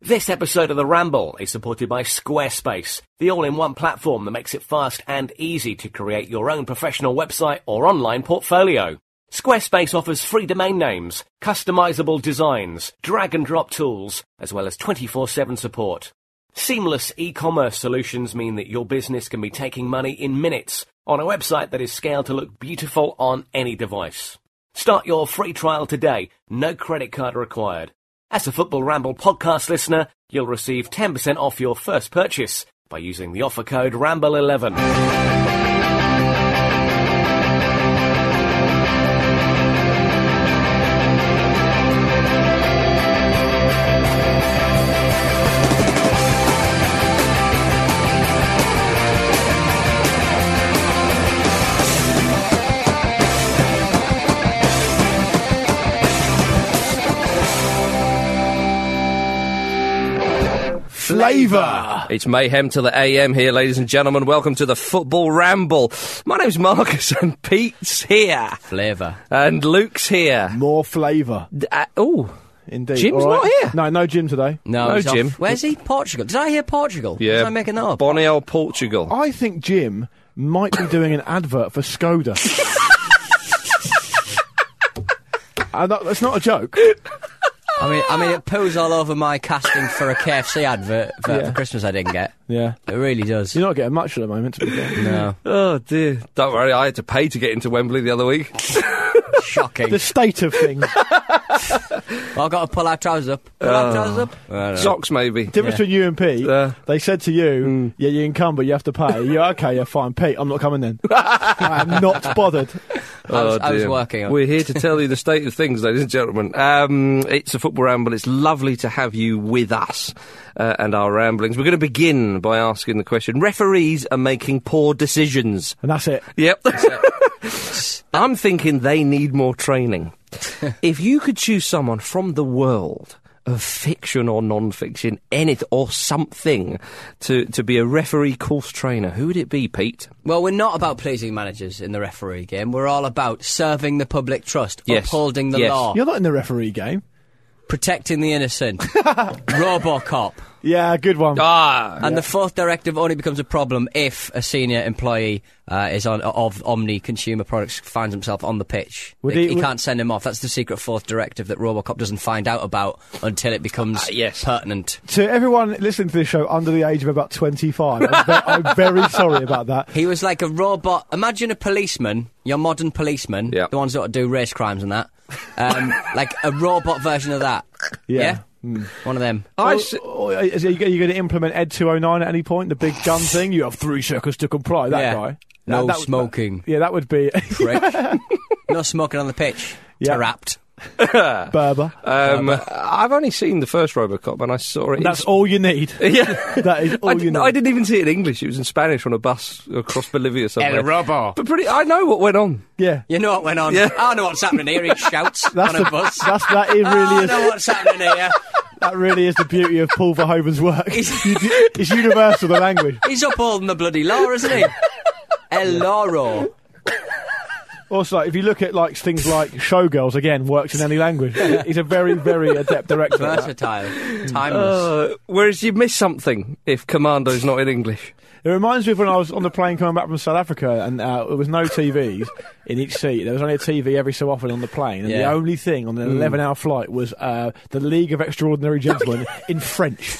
This episode of The Ramble is supported by Squarespace, the all-in-one platform that makes it fast and easy to create your own professional website or online portfolio. Squarespace offers free domain names, customizable designs, drag and drop tools, as well as 24-7 support. Seamless e-commerce solutions mean that your business can be taking money in minutes on a website that is scaled to look beautiful on any device. Start your free trial today, no credit card required. As a Football Ramble podcast listener, you'll receive 10% off your first purchase by using the offer code RAMBLE11. Flavour. It's mayhem till the AM here, ladies and gentlemen. Welcome to the Football Ramble. My name's Marcus, and Pete's here, Flavour. and Luke's here. More flavour. D- Uh, oh, Indeed. Jim's All right. not here. No, no Jim today. No, No, he's off. Jim. Where's he? Portugal. Did I hear Portugal? yeah, Did I make an up? Bonnie old Portugal. I think Jim might be doing an advert for Skoda. and Uh, that, that's not a joke. I mean, I mean, it poos all over my casting for a KFC advert for, Yeah. for Christmas I didn't get. Yeah. It really does. You're not getting much at the moment, to be fair. No, Oh dear. Don't worry, I had to pay to get into Wembley the other week. shocking. The state of things. Well, I've got to pull our trousers up. Pull our trousers up. Socks, maybe. Difference between you and Pete, Yeah. they said to you, yeah, you can come, but you have to pay. You're okay, yeah, fine. Pete, I'm not coming then. I am not bothered. I was, Oh, I was dear. working on. We're here to tell you the state of things, ladies and gentlemen. Um, it's a football ramble. It's lovely to have you with us uh, and our ramblings. We're going to begin by asking the question: Referees are making poor decisions. And that's it. Yep. I'm thinking they need more training. if you could choose someone from the world of fiction or non-fiction, anything or something, to, to be a referee course trainer, who would it be, Pete? Well, we're not about pleasing managers in the referee game. We're all about serving the public trust, Yes. upholding the Yes. law, You're not in the referee game. protecting the innocent, RoboCop. Yeah, good one. Ah, And the fourth directive only becomes a problem if a senior employee uh, is on of Omni Consumer Products finds himself on the pitch. Would They- he- he, would- can't send him off. That's the secret fourth directive that RoboCop doesn't find out about until it becomes yes. pertinent. to everyone listening to this show under the age of about 25, I'm, ve- I'm very sorry about that. He was like a robot. Imagine a policeman, your modern policeman, Yeah. the ones that do race crimes and that, um, like a robot version of that. Yeah. Hmm. Oh, one of them. I Or- s- or is- are you, going to implement Ed 209 at any point? The big gun thing? You have three seconds to comply, that Yeah. guy. No That- that would- smoking. yeah, that would be prick. no smoking on the pitch. Yeah. Trapped. Berber. Uh, um, I've only seen the first RoboCop, and I saw it. That's all you need. in... yeah. That is all I, you didn't, need. I didn't even see it in English. It was in Spanish on a bus across Bolivia somewhere. Robo. But pretty, I know what went on. Yeah. You know what went on? Yeah. I know what's happening here. He shouts That's on a the- bus. That's, that, is I really know is, what's happening here. that really is the beauty of Paul Verhoeven's work. You do- it's universal, the language. He's upholding the bloody law, isn't he? El Loro. Also, if you look at like things like Showgirls, again, works in any language. He's a very, very adept director. at that. Versatile. Oh. Timeless. Uh, whereas you miss something if Commando's not in English. It reminds me of when I was on the plane coming back from South Africa, and uh, there was no TVs in each seat. There was only a TV every so often on the plane, and the Yeah. only thing on an Mm. eleven-hour flight was uh, the League of Extraordinary Gentlemen in French.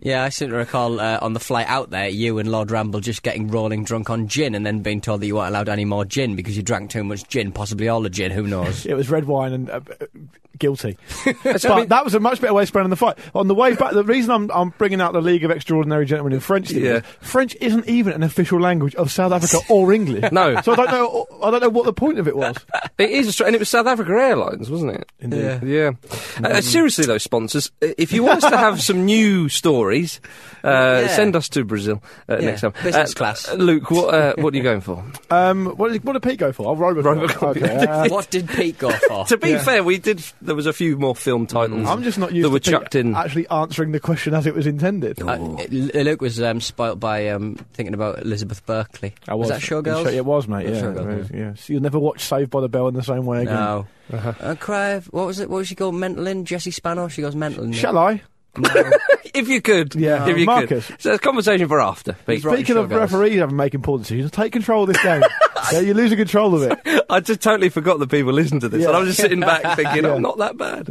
yeah, I seem to recall uh, on the flight out there, you and Lord Ramble just getting rolling drunk on gin and then being told that you weren't allowed any more gin because you drank too much gin, possibly all the gin, who knows? It was red wine and uh, guilty. but that was a much better way of spreading the fight. On the way back, the reason I'm, I'm bringing out the League of Extraordinary Gentlemen in French thing Yeah. is French isn't even an official language of South Africa or English. No. so I don't know. I don't know what the point of it was. It is, a str- and it was South Africa Airlines, wasn't it? Indeed. Yeah. Uh, uh, seriously, though, sponsors, uh, if you want us to have some new stories, uh, Yeah. send us to Brazil uh, Yeah, next time. business Uh, class. Luke, what, uh, what are you going for? Um, what, did, what did Pete go for? Oh, Robocop. Robocop. Okay, uh, what did Pete go for? to be fair, we did. There was a few more film titles. I'm just not used to that Mm. were Pete chucked in. actually answering the question as it was intended. Uh, L- Luke was um, spoilt by um, thinking about Elizabeth Berkeley. I was. that Showgirls? It was, mate. It was Yeah, Showgirls, it was, yeah. So you'll never watch Saved by the Bell in the same way again. No. Uh-huh. Uh, cry. of- What was it? What was she called? Mental in Jesse Spano. She goes mental in. Shall I? No. if you could, Yeah. if you Marcus. could. So it's a conversation for after. Pete. Speaking of referees having making poor decisions, take control of this game. yeah, you're losing control of it. I just totally forgot that people listened to this, Yeah. and I was just sitting back thinking, "Oh, not that bad."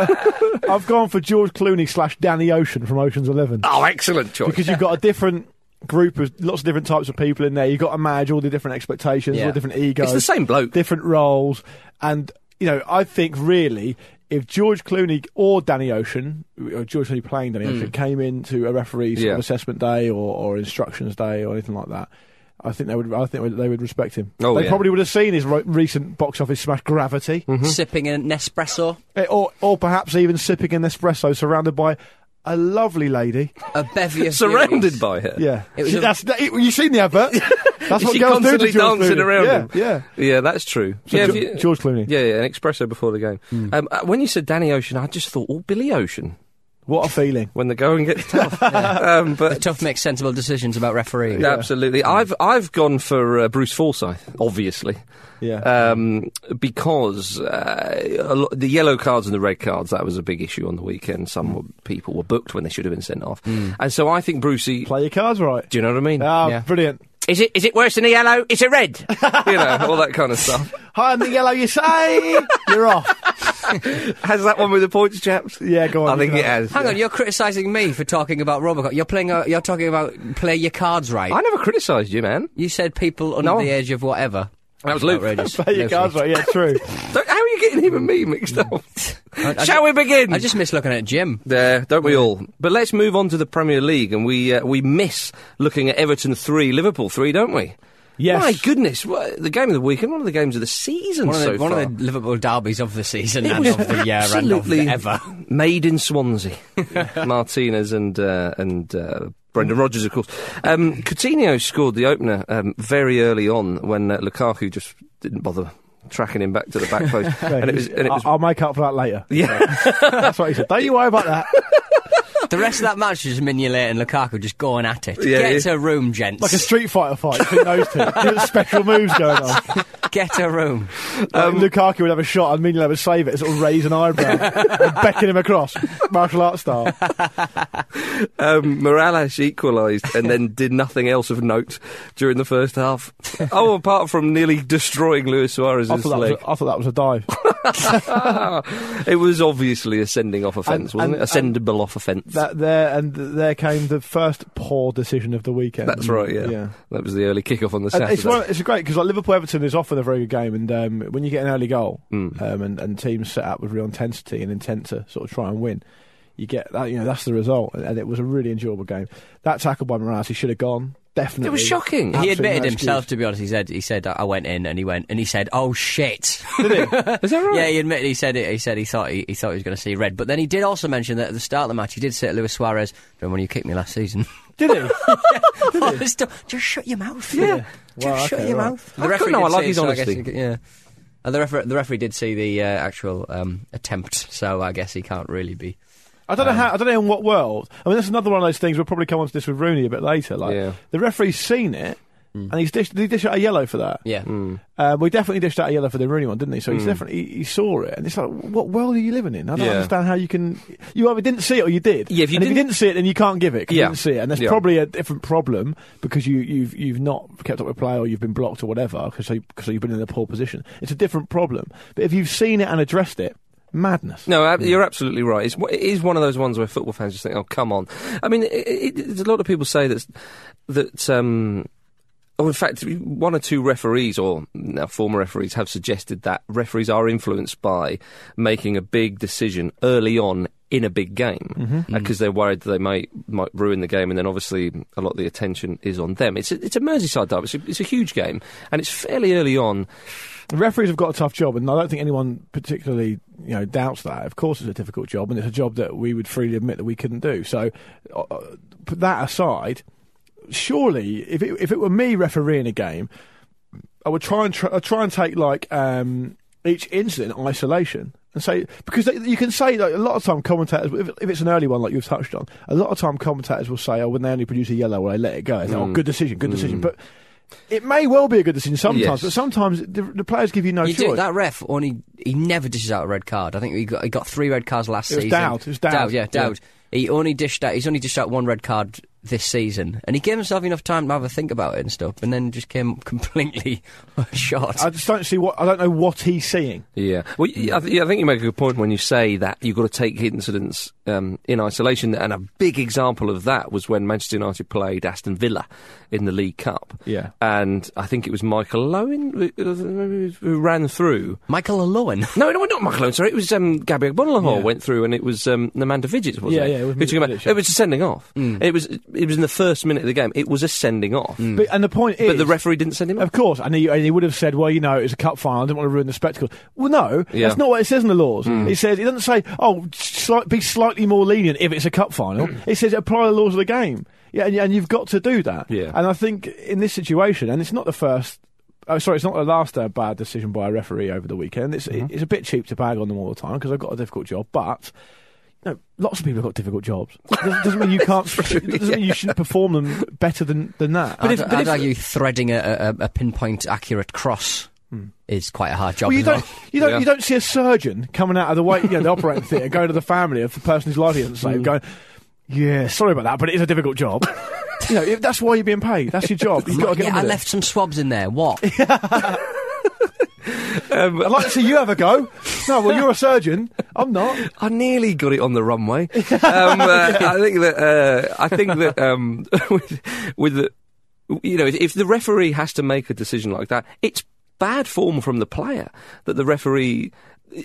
I've gone for George Clooney slash Danny Ocean from Ocean's Eleven Oh, excellent choice. because you've got a different group of lots of different types of people in there. You've got to manage all the different expectations, all Yeah. the different egos. it's the same bloke. different roles. And, you know, I think really, if George Clooney or Danny Ocean, or George Clooney playing Danny Ocean, came into a referee's sort of Hmm. Yeah. assessment day or, or instructions day or anything like that, I think they would. I think they would respect him. Oh, they yeah. Hmm. probably would have seen his ro- recent box office smash, Gravity, Mm-hmm. Sipping a Nespresso. Eh, or or perhaps even sipping an espresso surrounded by a lovely lady. A bevy of Surrounded beauties. by her. Yeah, It was a- that's that, you've seen the advert. That's what she girls do to constantly George dancing Clooney. around yeah, him? Yeah, Yeah, that's true. So Hmm. yeah, if Ge- you- George Clooney. Yeah, yeah, an espresso before the game. Um, uh, when you said Danny Ocean, I just thought, oh, Billy Ocean, What a feeling. when the going gets tough. um, The but tough makes sensible decisions about refereeing. absolutely, I've I've gone for uh, Bruce Forsyth, obviously, Yeah. um, because uh, a lo- the yellow cards and the red cards that was a big issue on the weekend. Some were, people were booked when they should have been sent off, Hmm. and so I think Brucey. Play your cards right. do you know what I mean? Ah, Yeah. brilliant. Is it is it worse than a yellow? It's a red. you know, all that kind of stuff. High on the yellow, you say? You're off. Has that one with the points, chaps? Yeah, go on, I think you it can has. Hang on, you're criticising me for talking about Robocop. You're playing. A, you're talking about play your cards right. I never criticised you, man. You said people under No. the age of whatever. That was Luke. Outrageous. Play your No, cards sorry. right. Yeah, true. Don't- How are you getting him and me mixed up? Shall we begin? I just miss looking at Jim. There, don't we all? But let's move on to the Premier League, and we uh, we miss looking at Everton three, Liverpool three, don't we? Yes. My goodness, wha- the game of the weekend, one of the games of the season One of, the, so one far. of the Liverpool derbies of the season It and was of the year and of absolutely the ever. made in Swansea. Martinez and uh, and uh, Brendan Rodgers, of course. Um, Coutinho scored the opener um, very early on when uh, Lukaku just didn't bother tracking him back to the back post, and it was and it was. I- I'll make up for that later. yeah, That's what he said. Don't you worry about that. The rest of that match was Mignolet and Lukaku just going at it. Yeah, Get yeah. a room, gents. Like a street fighter fight between those two. There's special moves going on. Get a room. Um, Lukaku would have a shot and Mignolet would save it, and sort of raise an eyebrow and beckon him across. Martial arts style. um, Morales equalised and then did nothing else of note during the first half. Oh, apart from nearly destroying Luis Suarez's I thought, that was leg. a, I thought that was a dive. it was obviously a sending off offence, wasn't and- it? A sendable off offence. That there and there came the first poor decision of the weekend. That's right, yeah. Um, Yeah. That was the early kick-off on the And Saturday. Uh, It's, one, it's great because like Liverpool Everton is often a very good game, and um, when you get an early goal um, and, and teams set up with real intensity and intent to sort of try and win, you get that. You know that's the result, and, and it was a really enjoyable game. That tackle by Morales, he should have gone. Definitely, It was shocking. Absolutely he admitted no himself, excuse. to be honest. He said, he said, I went in and he went, and he said, oh shit. Is that right? Yeah, he admitted he said it. He said he thought he, he thought he was going to see red, but then he did also mention that at the start of the match he did say to Luis Suarez, "Remember when you kicked me last season?" Did Oh, it's still- just shut your mouth. Yeah. just Wow, shut okay, your right. mouth. I couldn't know, did I like see it, his so honesty. guess he could- yeah. Uh, the, referee, the referee did see the uh, actual um, attempt, so I guess he can't really be. I don't know how. I don't know in what world. I mean, that's another one of those things. We'll probably come on to this with Rooney a bit later. Like Yeah. the referee's seen it, and he's dished, he dished out a yellow for that. Yeah. Hmm. Um, we definitely dished out a yellow for the Rooney one, didn't he? So he's definitely he, he saw it, and it's like, what world are you living in? I don't Yeah. understand how you can. You either didn't see it or you did. Yeah, if you and if you didn't- didn't see it, then you can't give it. 'cause Yeah. you didn't see it, and that's Yeah. probably a different problem because you, you've you've not kept up with play or you've been blocked or whatever because you, 'cause you've been in a poor position. It's a different problem. But if you've seen it and addressed it, madness. No, ab- you're absolutely right. It's, it is one of those ones where football fans just think, "Oh, come on." I mean, it, it, it, a lot of people say that that um, Oh, in fact, one or two referees or now former referees have suggested that referees are influenced by making a big decision early on in a big game because Mm-hmm. they're worried that they might might ruin the game, and then obviously a lot of the attention is on them. It's a, it's a Merseyside derby. It's a, it's a huge game, and it's fairly early on. The referees have got a tough job, and I don't think anyone particularly you know doubts that. Of course, it's a difficult job, and it's a job that we would freely admit that we couldn't do. So, uh, uh, put that aside. Surely, if it, if it were me refereeing a game, I would try and tr- I'd try and take like um, each incident in isolation and say because they, you can say like, a lot of time commentators if, if it's an early one like you've touched on a lot of time commentators will say oh when they only produce a yellow well they let it go It's like, oh good decision good decision but it may well be a good decision sometimes Yes. but sometimes the, the players give you no you choice. do that ref only he never dishes out a red card. I think he got he got three red cards last It was season. Dowd, it was Dowd. yeah, Dowd. He only dished out he's only dished out one red card this season, and he gave himself enough time to have a think about it and stuff, and then just came completely shot. I just don't see what I don't know what he's seeing. Yeah. Well, Mm. y- I, th- I think you make a good point when you say that you've got to take incidents um, in isolation. And a big example of that was when Manchester United played Aston Villa in the League Cup. Yeah. And I think it was Michael Owen who- who who ran through. Michael Alowen. No, no, not Michael Owen, sorry. It was um, Gabby Bonalahor Yeah. went through and it was um, Namanda Vidjic, wasn't Yeah, it? yeah, it was Who took him out. Vidic, yeah. It was a sending off. It, was, it was in the first minute of the game. It was a sending off. But, and the point Mm. is, But the referee didn't send him off. of course, and he, and he would have said, "Well, you know, it was a cup final. I didn't want to ruin the spectacle." Well, no, Yeah. Hmm. that's not what it says in the laws. It says it doesn't say, "Oh, slight, be slightly more lenient if it's a cup final." it says apply the laws of the game. Yeah, and, and you've got to do that. Yeah. And I think in this situation, and it's not the first. Oh, sorry, it's not the last uh, bad decision by a referee over the weekend. It's Mm-hmm. it's a bit cheap to bag on them all the time because I've got a difficult job, but. No, lots of people have got difficult jobs. Doesn't, doesn't mean you can't. doesn't mean you shouldn't perform them better than, than that. I'd, I'd argue threading a, a, a pinpoint accurate cross is quite a hard job. Hmm. Well, Oh, you as don't, well. you don't, Yeah. you don't see a surgeon coming out of the wait, you know, the operating theatre, going to the family of the person whose life he doesn't save, going, "Yeah, sorry about that, but it is a difficult job." you know, if that's why you're being paid. That's your job. You've got to get yeah, on I with it. left some swabs in there. What? I'd like to see you have a go. No, well, you're a surgeon. I'm not. I nearly got it on the runway. Um, uh, I think that uh, I think that um, with, with the, you know, if, if the referee has to make a decision like that, it's bad form from the player that the referee.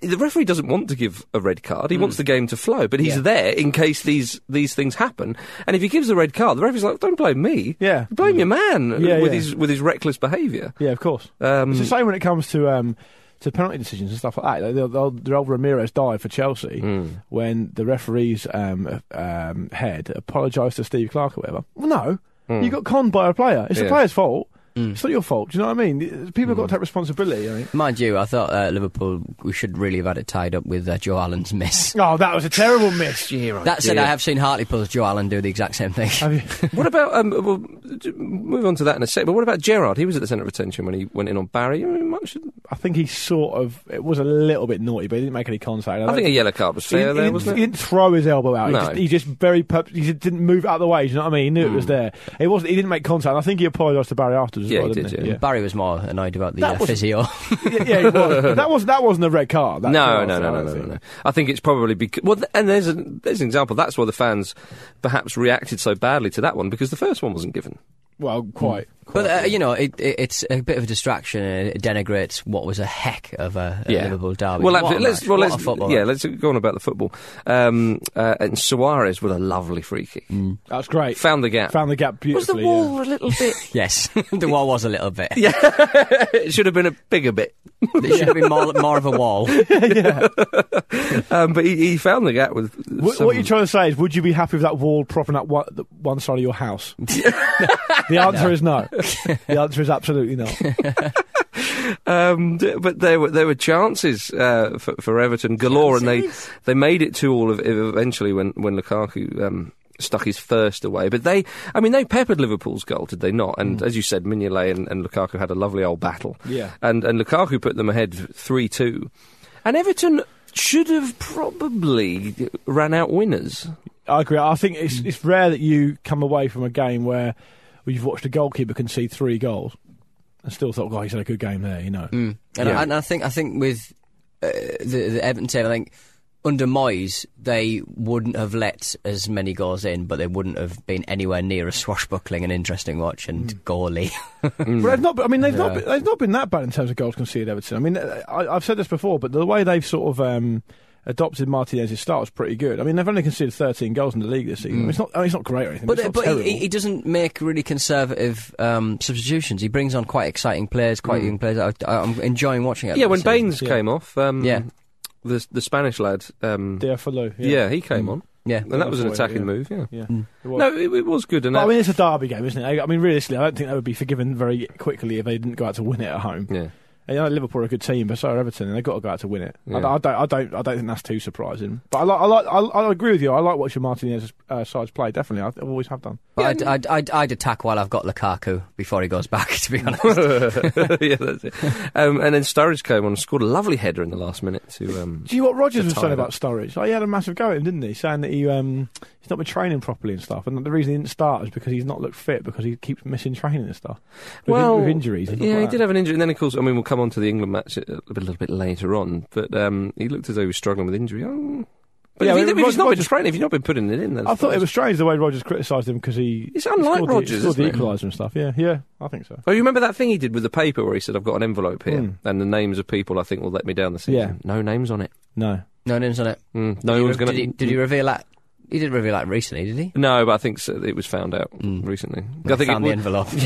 The referee doesn't want to give a red card. He Hmm. wants the game to flow, but he's Yeah. there in case these these things happen. And if he gives a red card, the referee's like, "Don't blame me. Yeah. blame your man Yeah, with yeah. his with his reckless behaviour." Yeah, of course. Um, it's the same when it comes to um, to penalty decisions and stuff like that. Like, The, the, old- the old Ramirez died for Chelsea Hmm. when the referee's um, um, head apologised to Steve Clark or whatever. Well, no, you got conned by a player. It's Hmm. Yeah. Hmm. the player's fault. It's not your fault. Do you know what I mean? People have got to take responsibility. I mean. Mind you, I thought uh, Liverpool we should really have had it tied up with uh, Joe Allen's miss. Oh, that was a terrible miss. That said, dear. I have seen Hartlepool's Joe Allen do the exact same thing. Have you- What about um? We'll move on to that in a sec. But what about Gerard? He was at the centre of attention when he went in on Barry. I mean, much- I think he sort of it was a little bit naughty, but he didn't make any contact. I don't think a yellow card was He, fair he there, didn't, wasn't he it? didn't throw his elbow out. No. He, just, he just very purp- he just didn't move out of the way. Do you know what I mean? He knew it was there. It wasn't. He didn't make contact. And I think he apologised to Barry afterwards. as Hmm. Yeah, well, he didn't did, He? yeah. Barry was more annoyed about the That uh, was- physio. yeah, yeah, it was. But that was that wasn't a red card. That's No, what I no, no, thought, no, I no, think. no. Oh, I think it's probably because well, th- and there's a, there's an example. That's why the fans perhaps reacted so badly to that one because the first one wasn't given. Well, quite. Hmm. but, uh, you know, it, it, it's a bit of a distraction and it denigrates what was a heck of a, a Liverpool derby. Well, What absolutely. a let's match, well, what a let's footballer. yeah, let's go on about the football. Um, uh, and Suarez with a lovely free kick Mm. That's great. found the gap. Found the gap was the beautifully. wall a little bit? Yes, the wall was a little bit. it should have been a bigger bit. It should have been more, more of a wall. Um, but he, he found the gap with. yeah. What, some- what you're trying to say is, would you be happy with that wall propping up one, the, one side of your house? the answer is no. The answer is absolutely not. Um, d- but there were there were chances uh, for, for Everton galore, and they they made it to all of e-, eventually when when Lukaku. Um, Stuck his first away, but they, I mean, they peppered Liverpool's goal, did they not? And as you said, Mignolet and, and Lukaku had a lovely old battle. Yeah. And, and Lukaku put them ahead 3 2. And Everton should have probably ran out winners. I agree. I think it's it's rare that you come away from a game where you've watched a goalkeeper concede three goals and still thought, "God, he's Mm. had a good game there." You know. And, I, and I think I think with uh, the, the Everton team, I think under Moyes, they wouldn't have let as many goals in, but they wouldn't have been anywhere near a swashbuckling and interesting watch and Mm. goalie. But they've not. been- I mean, they've not. Been, they've not been that bad in terms of goals conceded. Everton. I mean, I, I've said this before, but the way they've sort of um, adopted Martinez's start was pretty good. I mean, they've only conceded 13 goals in the league this season. I mean, it's not. I mean, it's not great or anything. But, But, it's not but terrible. he, he doesn't make really conservative um, substitutions. He brings on quite exciting players, Hmm. quite young players. I, I- I'm enjoying watching it. Yeah, when this season. Baines came off, um, Yeah. the the Spanish lad, um, Dearfolo, yeah. he came on, Yeah. and that was an Dearfolo, attacking yeah. move. Yeah, Yeah. It was. no, it, it was good. And But, I that- mean, it's a derby game, isn't it? I mean, realistically, I don't think they would be forgiven very quickly if they didn't go out to win it at home. yeah, And, you know, Liverpool are a good team, but so are Everton, and they've got to go out to win it. I, Yeah. I don't, I don't, I don't think that's too surprising. But I like, I like, I, I agree with you. I like watching Martinez's uh, sides play. Definitely, I, I always have done. But I'd, I'd, I'd, I'd attack while I've got Lukaku before he goes back, to be honest. yeah, that's it. Um, and then Sturridge came on and scored a lovely header in the last minute to. Um, Do you know what Rogers To was tie saying it up. about Sturridge? Like, he had a massive go at him, didn't he? Saying that he um, he's not been training properly and stuff, and the reason he didn't start is because he's not looked fit because he keeps missing training and stuff with, in- with injuries. And stuff yeah, like he that. did have an injury, and then of course, I mean, we'll come on to the England match a little bit, little bit later on. But um, he looked as though he was struggling with injury. Oh. But Yeah, if, I mean, he, if he's Rod- not Rodgers- been training, if you've not been putting it in, then I thought it was strange the way Rogers criticised him because he It's unlike scored Rodgers, the, scored the isn't it? equaliser and stuff. Yeah, yeah, I think so. Oh, you remember that thing he did with the paper where he said, "I've got an envelope here, Mm. and the names of people I think will let me down this season." Yeah. No names on it. No, no names on it. Mm. No Did he one's re- going did, he, did he reveal that? He didn't reveal that recently, did he? No, but I think so, it was found out recently. I think Hmm. found the it envelope. would-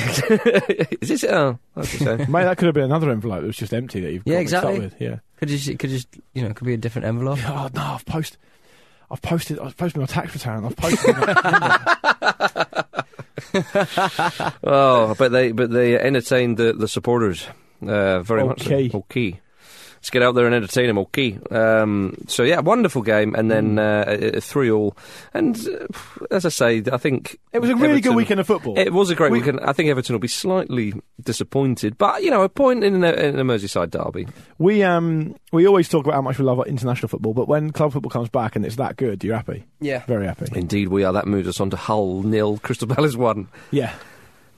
Is this? Oh, that's a shame. mate, that could have been another envelope that was just empty that you've Yeah, got mixed exactly. up with. Yeah. could just, could just, you know, could be a different envelope. Oh no, I've posted. I've posted. I've posted my tax return. I've posted. my- oh, but they but they entertained the the supporters uh, very much. so. Okay. Okay. Let's get out there and entertain them. Okay. Um, so yeah, wonderful game, and then uh, three all. And uh, as I say, I think it was a really good Everton- weekend of football. It was a great We- weekend. I think Everton will be slightly disappointed, but you know, a point in a, in a Merseyside derby. We um we always talk about how much we love international football, but when club football comes back and it's that good, you're happy. Yeah. Very happy. Indeed, we are. That moved us on to Hull nil, Crystal Palace one. Yeah.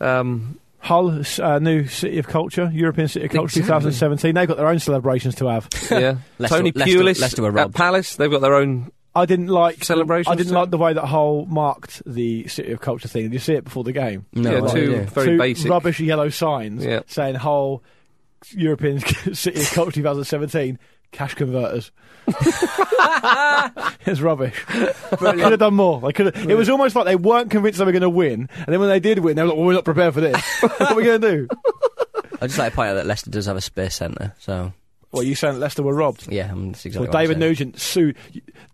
Um, Hull, s- uh, new city of culture, European city of culture, Exactly. 2017. They've got their own celebrations to have. yeah, Leicester- Tony Leicester- Pulis Leicester were at robbed. Palace. They've got their own. I didn't like Celebrations I didn't to like the way that Hull marked the city of culture thing. Did you see it before the game? No, yeah, I two didn't. very Two basic. rubbish yellow signs Yeah. saying Hull, European city of culture 2017. Cash converters. it's rubbish. Could have done more. They could. It was almost like they weren't convinced they were going to win, and then when they did win, they were like, "Well, we're not prepared for this. what are we going to do?" I'd just like to point out that Leicester does have a space centre, so Well, you saying that Leicester were robbed? yeah, I'm, that's exactly Well, what I'm David saying. Nugent sued.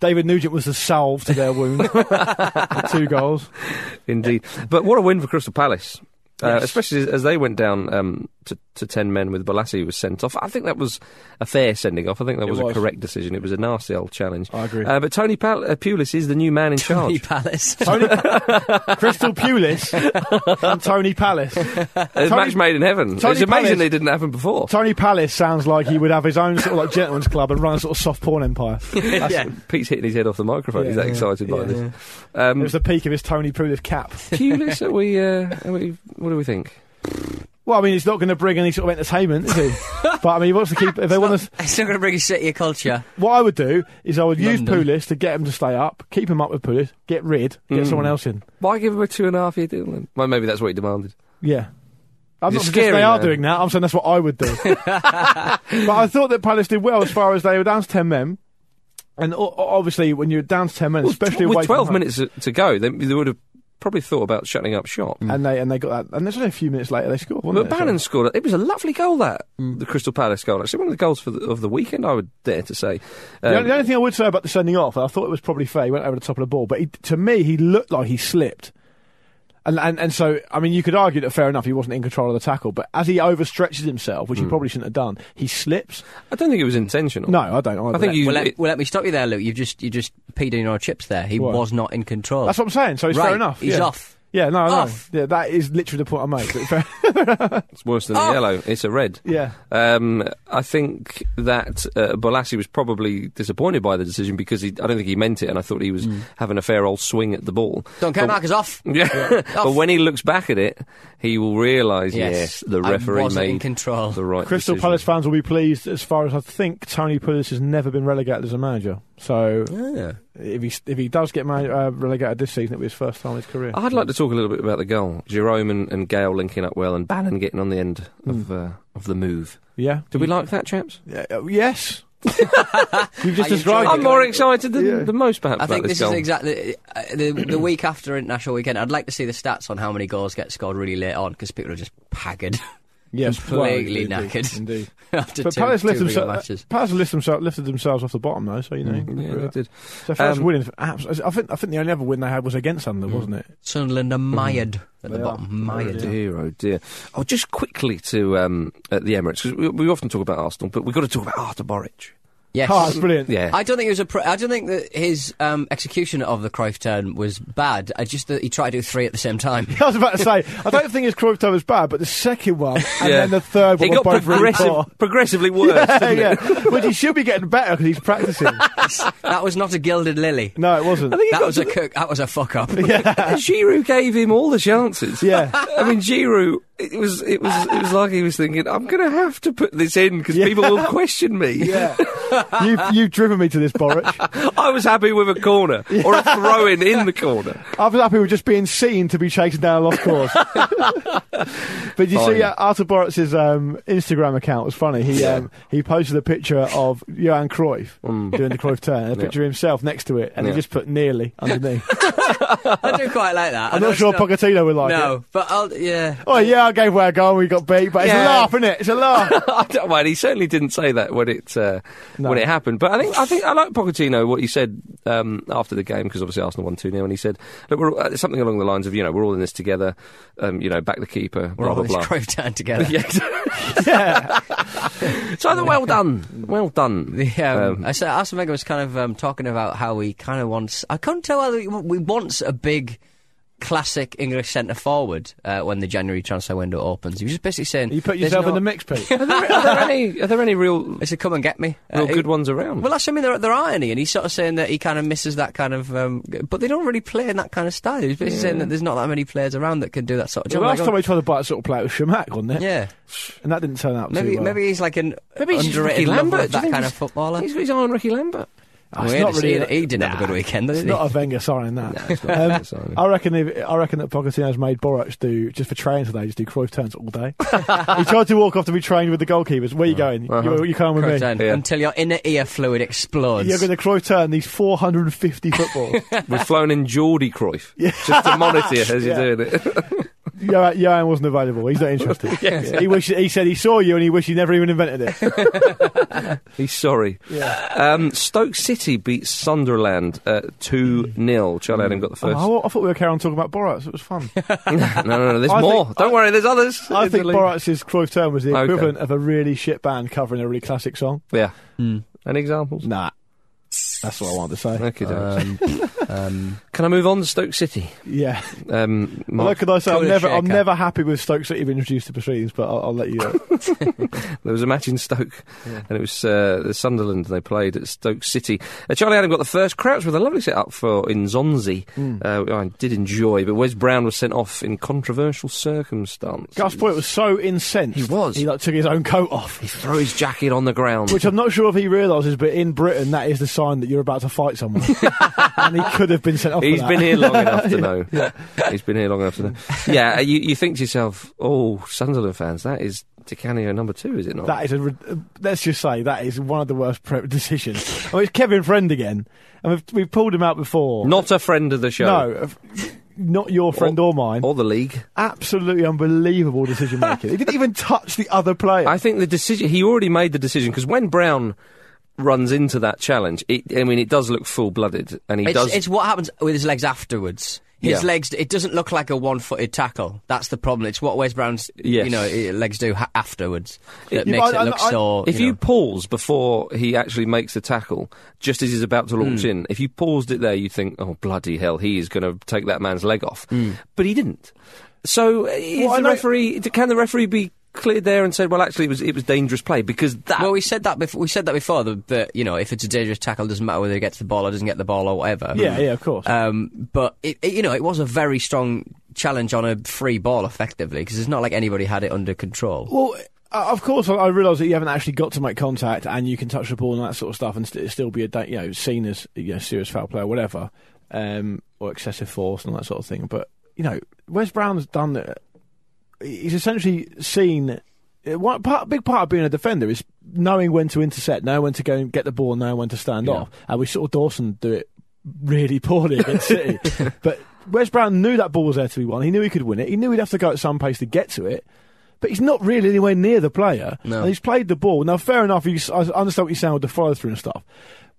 David Nugent was the salve to their wound. Two goals. Indeed. But what a win for Crystal Palace. Uh, Yes. Especially as- as they went down um, to, to 10 men with Balassi who was sent off. I think that was a fair sending off. I think that It was, was. a correct decision. It was a nasty old challenge. I agree. Uh, but Tony Pal- uh, Pulis is the new man in Tony charge. Palace. Tony, Crystal Pulis and Tony Palace. It's Tony- Uh, match made in heaven. Tony it's amazing Pulis- they didn't happen before. Tony Palace sounds like he would have his own sort of like gentleman's club and run a sort of soft porn empire. That's- That's- Pete's hitting his head off the microphone. Yeah, He's that yeah, excited by yeah, this. It Um, was the peak of his Tony Pulis cap. Pulis, are we, uh, are we, what do we think? Well, I mean, he's not going to bring any sort of entertainment, is he? but I mean, he wants to keep. If they want to, It's not going to bring a city of culture. what I would do is I would use London. Pulis to get him to stay up, keep him up with Pulis, get rid, get Mm. someone else in. Why give him a two and a half year deal then? Well, maybe that's what he demanded. Yeah. I'm Is it not suggesting scary, they are though? doing that. I'm saying that's what I would do. but I thought that Palace did well as far as they were down to 10 men. And o- o- obviously, when you're down to 10 men, Well, especially away with from 12 home- minutes to- to go, they, they would have probably thought about shutting up shop. And they, and they got that. And there's only a few minutes later, they scored. wasn't But it? Bannon scored. It It was a lovely goal that the Crystal Palace goal. Actually, one of the goals for the, of the weekend, I would dare to say. So- the, only, the Um, only thing I would say about the sending off, and I thought it was probably fair, he went over the top of the ball, but he, to me, he looked like he slipped. And, and and so, I mean, you could argue that fair enough, he wasn't in control of the tackle, but as he overstretches himself, Hmm. which he probably shouldn't have done, he slips. I don't think it was intentional. No, I don't. I think you. well, it- let, well, let me stop you there, Luke. You've just you just peed in your chips there. He What? was not in control. That's what I'm saying, so it's right. fair enough. He's yeah. off. Yeah, no, I know. Off. Yeah, that is literally the point I made. But fair- It's worse than a Oh. yellow. It's a red. yeah, Um, I think that uh, Bolassi was probably disappointed by the decision because he, I don't think he meant it, and I thought he Mm. was having a fair old swing at the ball. Don't care, But- Mark is off. Yeah, but when he looks back at it, he will realise yes, the I referee wasn't in made control. the right Crystal decision. Palace fans will be pleased as far as I think Tony Pulis has never been relegated as a manager. So if he if he does get man- uh, relegated this season, it'll be his first time in his career. I'd like to talk a little bit about the goal. Jerome and, and Gale linking up well, and Bannon getting on the end of uh, of the move. yeah. Did we like that, chaps? Yeah, uh, yes. You've just you described enjoyed I'm it. it? more excited than, than most, perhaps. I think about this, this, is goal. exactly uh, the, the week after international weekend. I'd like to see the stats on how many goals get scored really late on because people are just haggard Yes, completely well, indeed, knackered. Indeed. after But two, Palace, two lift real themselves, matches. Palace lift themselves, lifted themselves off the bottom, though, so you know. Mm, Yeah, they did. So Palace Um, Mm. winning, abs- I think, I think the only other win they had was against Sunderland, wasn't it? Sunderland are mired at the They bottom. are. Mired. Yeah. Dear, oh dear. Oh, just quickly to um, at the Emirates because we, we often talk about Arsenal, but we've got to talk about Arthur Boric. Yes. Oh, that's brilliant. Yeah, I don't think it was a. Pr- I don't think that his um, execution of the Cruyff turn was bad. I just that he tried to do three at the same time. I was about to say, I don't think his Cruyff toe was bad, but the second one and Yeah. then the third one it were got both really progressive, poor. progressively worse. Oh. yeah, didn't it? yeah. Which he should be getting better because he's practicing. that was not a gilded lily. No, it wasn't. think- He That got was a cook. That was a fuck up. Giroud gave him all the chances. Yeah. I mean Giroud. It was it was it was like he was thinking, I'm going to have to put this in because Yeah. people will question me. yeah. you've, you've driven me to this, Boric. I was happy with a corner or a throw in in the corner. I was happy with just being seen to be chasing down a lost cause. but you Oh, see, yeah. uh, Arthur Boric's um, Instagram account was funny. He um, he posted a picture of Johan Cruyff doing the Cruyff turn, and a picture of himself next to it, and Yeah. he just put nearly underneath. I do quite like that. I I'm know not it's sure Pochettino would like no, it. but I'll, yeah. Oh yeah, I gave away a goal and we got beat, but it's Yeah. a laugh, isn't it? It's a laugh. I don't mind. He certainly didn't say that when it uh, No. when it happened. But I think I think I like Pochettino what he said um, after the game because obviously Arsenal won two 0 and he said look we're all, uh, something along the lines of you know we're all in this together, um, you know back the keeper, We're blah all blah this blah. Cruyff turn together. Yeah. yeah, So I thought, well done, well done. Yeah, um, Um, I said Arsene Wenger was kind of um, talking about how he kind of wants. I can't tell whether he, we wants a big, classic English centre forward uh, when the January transfer window opens. He was just basically saying, you put "There's yourself in no- the mix, Pete. are, there, are there any are there any real It's a come and get me. Uh, real he- good ones around? Well, that's I mean there, there aren't any, and he's sort of saying that he kind of misses that kind of. Um, g- but they don't really play in that kind of style. He's basically saying that there's not that many players around that can do that sort of The job. last Like, time we tried to buy a sort of play, it was Shamak, wasn't it? yeah, and that didn't turn out. too maybe well. maybe he's like an Maybe he's just underrated Ricky lover Lambert. Do of you that think kind of he's- footballer. he's got his eye on Ricky Lambert. Oh, it's Weird not to see really. that he didn't have a good weekend, did It's he? not a Wenger signing that. not a Um, signing. I reckon. If, I reckon that Pochettino's made Borac do just for training today. Just do Cruyff turns all day. he tried to walk off to be trained with the goalkeepers. Where you going? You, you coming with Uh-huh. Cruyff me? turn, Yeah. Until your inner ear fluid explodes. You're going to Cruyff turn these 450 footballs. We've flown in Geordie Cruyff just to monitor you as Yeah. you're doing it. Johan, Johan wasn't available. He's not interested. He wish, He said he saw you and he wished he never even invented it. He's sorry. Um, Stoke City beat Sunderland uh, two 0 Charlie Adam got the first. Oh, I, I thought we were carrying on talking about Borac. It was fun. no, no, no. There's I more. think- Don't worry. There's others. I in the think league. Borac's Cruyff turn was the Okay. equivalent of a really shit band covering a really classic song. Yeah. Hmm. Any examples? Nah. That's what I wanted to say. Okay, Um, um, Can I move on to Stoke City? Yeah. Um, Mark, Look, can I say, Go I'm to never, I'm Shaker. never happy with Stoke City being introduced to proceedings, but I'll, I'll let you know. There was a match in Stoke, and it was uh, the Sunderland they played at Stoke City. Uh, Charlie Adam got the first. Crouch with a lovely set up for in Zonzi, Hmm. uh, I did enjoy, but Wes Brown was sent off in controversial circumstances. Gus Poyet was so incensed. He was. He like, took his own coat off. He threw his jacket on the ground. Which I'm not sure if he realises, but in Britain, that is the sign that you're about to fight someone. and he could have been sent off. for He's that. been here long enough to know. He's been here long enough to know. Yeah, you, you think to yourself, oh, Sunderland fans, that is Ticanio number two, is it not? That is a. rid- uh, Let's just say that is one of the worst pre- decisions. I mean, it's Kevin Friend again, and we've, we've pulled him out before. not a friend of the show. no, of- not your friend or, mine. Or the league. Absolutely unbelievable decision making. he didn't even touch the other player. I think the decision, he already made the decision because when Brown runs into that challenge, it, I mean, it does look full blooded and he it's, does. it's what happens with his legs afterwards. His Yeah. legs, it doesn't look like a one footed tackle. That's the problem. It's what Wes Brown's Yes. you know, i- legs do ha- afterwards that Yeah, makes but I- it look I- I- so. If you, know. pause before he actually makes the tackle, just as he's about to launch in, if you paused it there, you'd think, oh, bloody hell, he is going to take that man's leg off. But he didn't. So uh, is I the know- referee, can the referee be cleared there and said, well, actually, it was, it was dangerous play? Because that. well, we said that before. We said that before that, that you know, if it's a dangerous tackle, it doesn't matter whether he gets the ball or doesn't get the ball or whatever. Yeah, yeah, of course. Um, but it, it- you know, it was a very strong challenge on a free ball, effectively, because it's not like anybody had it under control. Well, uh, of course, I- I realise that you haven't actually got to make contact, and you can touch the ball and that sort of stuff, and st- still be a da- you know seen as you know serious foul play or whatever, um, or excessive force and all that sort of thing. But you know, Wes Brown's done. uh, He's essentially seen. uh, One part, big part of being a defender is knowing when to intercept, knowing when to go and get the ball, knowing when to stand Yeah. off. And we saw Dawson do it really poorly against City. but Wes Brown knew that ball was there to be won. He knew he could win it. He knew he'd have to go at some pace to get to it. But he's not really anywhere near the player. No. And he's played the ball. Now, fair enough, he's, I understand what you're saying with the follow through and stuff.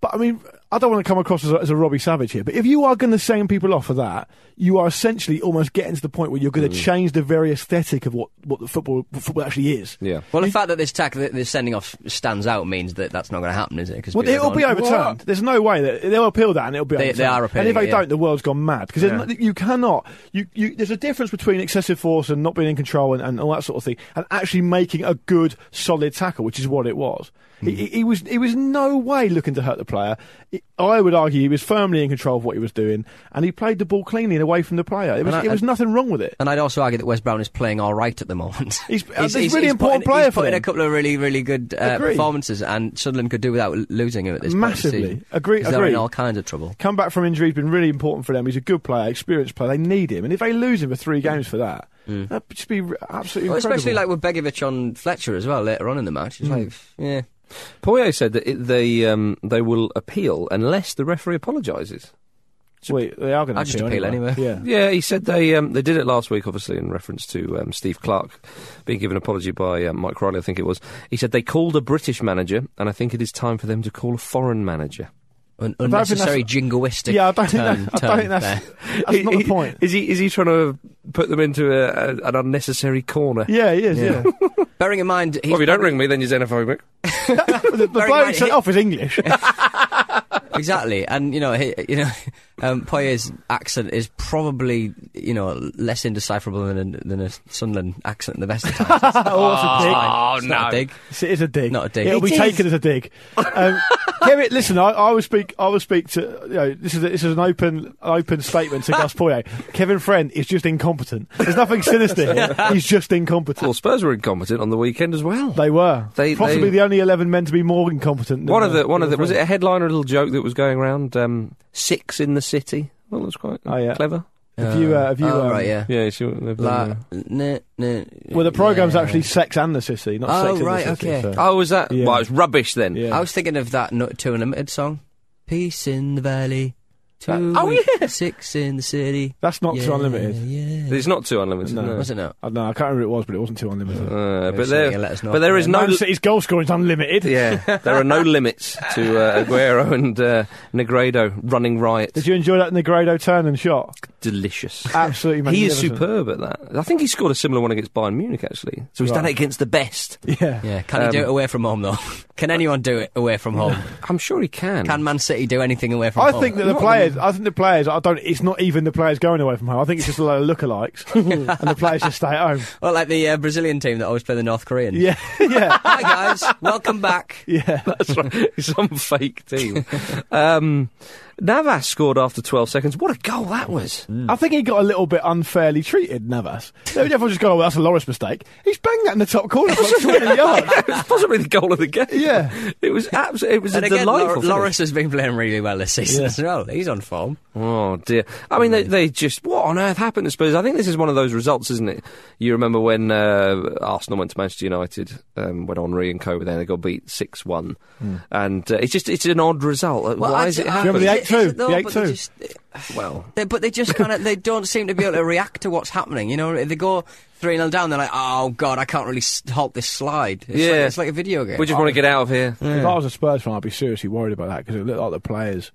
But I mean, I don't want to come across as a, as a Robbie Savage here. But if you are going to same people off for that, you are essentially almost getting to the point where you're going to change the very aesthetic of what, what the football, football actually is. yeah. Well, the fact that this tackle, that this sending off stands out means that that's not going to happen, is it? Because Well, it'll be overturned. There's no way that they'll appeal that, and it'll be They- overturned. they are appealing And if they it, yeah. don't, the world's gone mad because Yeah. you cannot. You, you, there's a difference between excessive force and not being in control and, and all that sort of thing, and actually making a good, solid tackle, which is what it was. Hmm. He, he- he was he was no way looking to hurt the player. He- I would argue he was firmly in control of what he was doing, and he played the ball cleanly and away from the player. It was, I- it was nothing wrong with it. And I'd also argue that Wes Brown is playing all right at the moment. He's- uh, he's really important putting, player he's for putting them. a couple of really, really good uh, Agree. performances, and Sunderland could do without l- losing him at this point. of the Massively. season. Agree- 'Cause They're in agree. all kinds of trouble. Come back from injury has been really important for them. He's a good player, experienced player. They need him, and if they lose him for three games for that, that'd just be absolutely Hmm. Well, incredible. Hmm. especially like with Begovic on Fletcher as well later on in the match. It's like, yeah. Poirier said that it, they, um, they will appeal unless the referee apologises. Wait, they are going to I'll just appeal anyway. Yeah. Yeah, he said they um, they did it last week, obviously in reference to um, Steve Clark being given an apology by uh, Mike Riley, I think it was. He said they called a British manager, and I think it is time for them to call a foreign manager. An think that's- unnecessary jingoistic Yeah, I don't think, turn, that, I turn don't think that's, there. that's not He- the he- point. Is he is he trying to put them into a, a, an unnecessary corner? Yeah, he is, yeah. Bearing in mind, he's Well, if you don't ring me, then you're xenophobic. the the Very bloke much- Oh, sent off is English. exactly, and you know, he, you know, um, Poirier's accent is probably you know less indecipherable than a, than a Sunderland accent. at The best of times. It's not- oh, it's a dig. Oh, it's not a dig. It's- It is a dig. Not a dig. It'll be It is. taken as a dig. Um, Kerry, listen, I, I will speak. I will speak to. You know, this is a, this is an open open statement to Gus Poirier. Kevin Friend is just incompetent. There's nothing sinister. here. He's just incompetent. Well, Spurs were incompetent on the weekend as well. They were They- possibly they- the only eleven men to be more incompetent. Than, one of the uh, one of the Kevin was it Friend. a headline or a little joke that was going around? Um, six in the city. Well, that's quite Oh, yeah. clever. Have you? Uh, have you? oh, um, right, yeah. Yeah, see what they've done La, there. n- n- Well, the programme's yeah. actually Sex and the City, not Oh, Sex and right, the City. okay. so- Oh, was that? Yeah. Well, it's rubbish then. Yeah. I was thinking of that no, Two Unlimited song, "Peace in the Valley." Two That- oh, weeks, yeah. six in the city. That's not yeah, too unlimited. uh, Yeah, It's not too unlimited. No. no. was it not? I don't know, I can't remember who it was, but it wasn't too unlimited. Uh, Maybe but somebody there, can let us know. but there is Yeah, no. Man City's goal scoring is unlimited. Yeah, there are no limits to uh, Aguero and uh, Negredo running riot. Did you enjoy that Negredo turn and shot? Delicious. Absolutely He is magnificent. superb at that. I think he scored a similar one against Bayern Munich, actually. So he's done Right. it against the best. Yeah. Yeah, can he Um, do it away from home though? can anyone do it away from home? I'm sure he can. Can Man City do anything away from I home? think that the players, I think the players, I don't, it's not even the players going away from home. I think it's just a lot of lookalikes. and the players just stay at home. Well, like the uh, Brazilian team that always play the North Koreans. Yeah. yeah. Hi guys, welcome back. Yeah. That's right. Some fake team. um, Navas scored after 12 seconds. What a goal that was. I think he got a little bit unfairly treated, Navas. Everyone just gone, oh, well, that's a Loris mistake. He's banged that in the top corner for like 20 yards. it was possibly the goal of the game. Yeah. It was absolutely, it was And a again, Lor- delightful finish. Loris has been playing really well this season Yeah. as well. He's on form. Oh dear! I mean, they, they just what on earth happened to Spurs? I think this is one of those results, isn't it? You remember when uh, Arsenal went to Manchester United um, when Henri and Co were there, they got beat six one, and uh, it's just it's an odd result. Uh, Why is it remember happening? the eight two? Is it though? The eight But they two? just- Well, They, but they just kind of they don't seem to be able to react to what's happening. You know, they go three 0 down. They're like, oh god, I can't really s- halt this slide. It's Yeah. like, it's like a video game. we just want to get out of here. If I was a Spurs fan, I'd be seriously worried about that because it looked like the players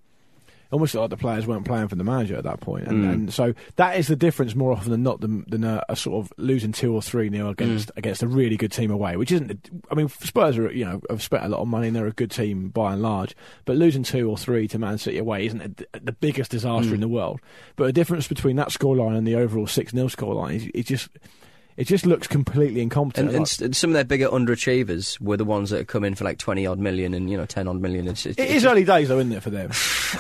almost like the players weren't playing for the manager at that point. Mm. And, and so that is the difference more often than not than, than a, a sort of losing two or three nil against Mm. against a really good team away, which isn't. I mean, Spurs are you know have spent a lot of money and they're a good team by and large, but losing two or three to Man City away isn't a, the biggest disaster Mm. in the world. But the difference between that scoreline and the overall six 0 scoreline is it just. It just looks completely incompetent. And, and Like- s- and some of their bigger underachievers were the ones that had come in for like twenty odd million and you know ten odd million. It's, it's, It is early days, though, isn't it, for them?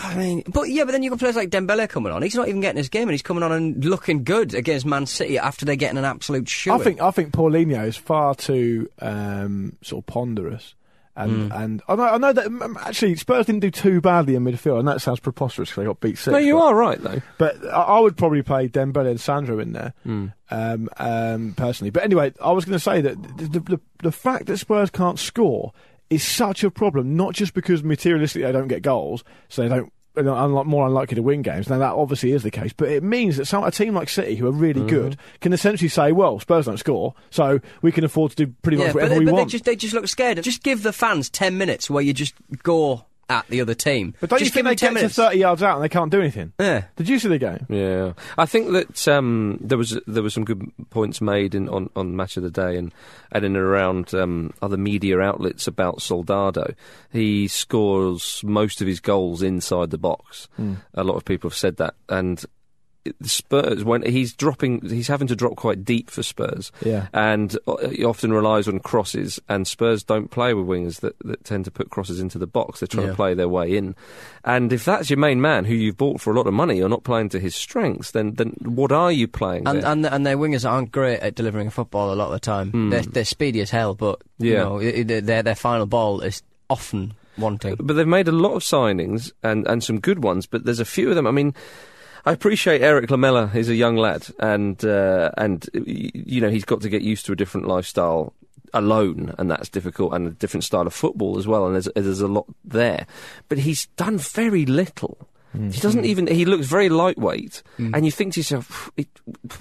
I mean, but yeah, but then you got players like Dembele coming on. He's not even getting his game, and he's coming on and looking good against Man City after they're getting an absolute shoe. I think I think Paulinho is far too um, sort of ponderous, and Hmm. and I know, I know that um, actually Spurs didn't do too badly in midfield, and that sounds preposterous because they got beat six. No, you but, are right though. But I, I would probably play Dembele and Sandro in there, Hmm. um, um, personally. But anyway, I was going to say that the, the, the, the fact that Spurs can't score is such a problem, not just because materialistically they don't get goals, so they don't. They're unlike, more unlikely to win games. Now that obviously is the case, but it means that some, a team like City, who are really Mm-hmm. good, can essentially say, "Well, Spurs don't score, so we can afford to do pretty much yeah, but, whatever they, we but want." they just they just look scared. Just give the fans ten minutes where you just go at the other team. but don't just you think give they them get ten minutes. to thirty yards out and they can't do anything? Yeah. Did you see the game? Yeah, I think that um, there was there were some good points made in, on on match of the day and and in and around um, other media outlets about Soldado. He scores most of his goals inside the box. A lot of people have said that, and it- Spurs when he's dropping, he's having to drop quite deep for Spurs. Yeah. and uh, he often relies on crosses. And Spurs don't play with wingers that, that tend to put crosses into the box. They're trying Yeah. to play their way in. And if that's your main man, who you've bought for a lot of money, you're not playing to his strengths. Then then what are you playing? And, there? and and their wingers aren't great at delivering football a lot of the time. Hmm. They're, they're speedy as hell, but you Yeah. know, i- i- their their final ball is often wanting. but they've made a lot of signings and, and some good ones, but there's a few of them. I mean, I appreciate Eric Lamella. He's a young lad, and uh, and y- you know he's got to get used to a different lifestyle alone, and that's difficult, and a different style of football as well. And there's there's a lot there, but he's done very little. Mm-hmm. He doesn't even. He looks very lightweight, Mm. and you think to yourself, it,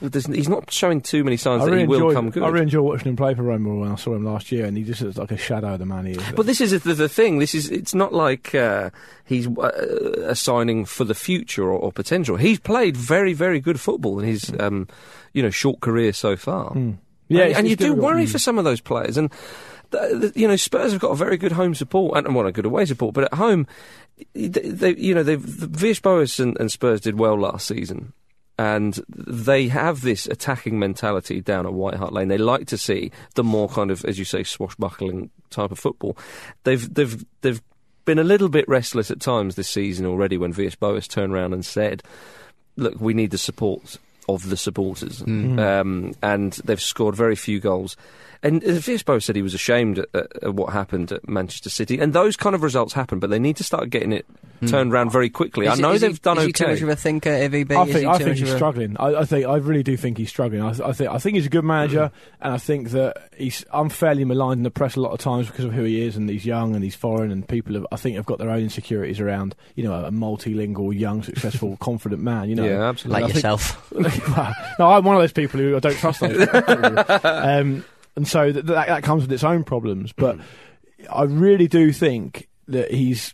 there's, he's not showing too many signs I that really, he will enjoyed, come good. I really enjoyed watching him play for Roma when I saw him last year, and he just looks like a shadow of the man he is. But this is the, the thing. This is it's not like uh, he's uh, a signing for the future or, or potential. He's played very very good football in his um, you know short career so far. Yeah, and, it's- and you it's do difficult. Mm. worry for some of those players. And th th you know Spurs have got a very good home support and well, a good away support, but at home, they, they, you know, they've Vish Boas and, and Spurs did well last season. And they have this attacking mentality down at White Hart Lane. They like to see the more kind of, as you say, swashbuckling type of football. They've they've they've been a little bit restless at times this season already. When Vish Boas turned around and said, look, we need the support of the supporters. Mm. Um, and they've scored very few goals. And Fiespo said he was ashamed at, at, at what happened at Manchester City. And those kind of results happen, but they need to start getting it turned around very quickly. Is I he- know is they've he, done is okay. He too much of a thinker, Ivy I think, I think he's struggling. I, I think I really do think he's struggling. I, th- I think I think he's a good manager, Mm. and I think that he's unfairly maligned in the press a lot of times because of who he is, and he's young and he's foreign, and people have I think have got their own insecurities around you know a multilingual, young, successful, confident man. You know, Yeah, absolutely. And I like think- yourself. Well, no, I'm one of those people who I don't trust those people. um, and so th- that, that comes with its own problems. But I really do think that he's.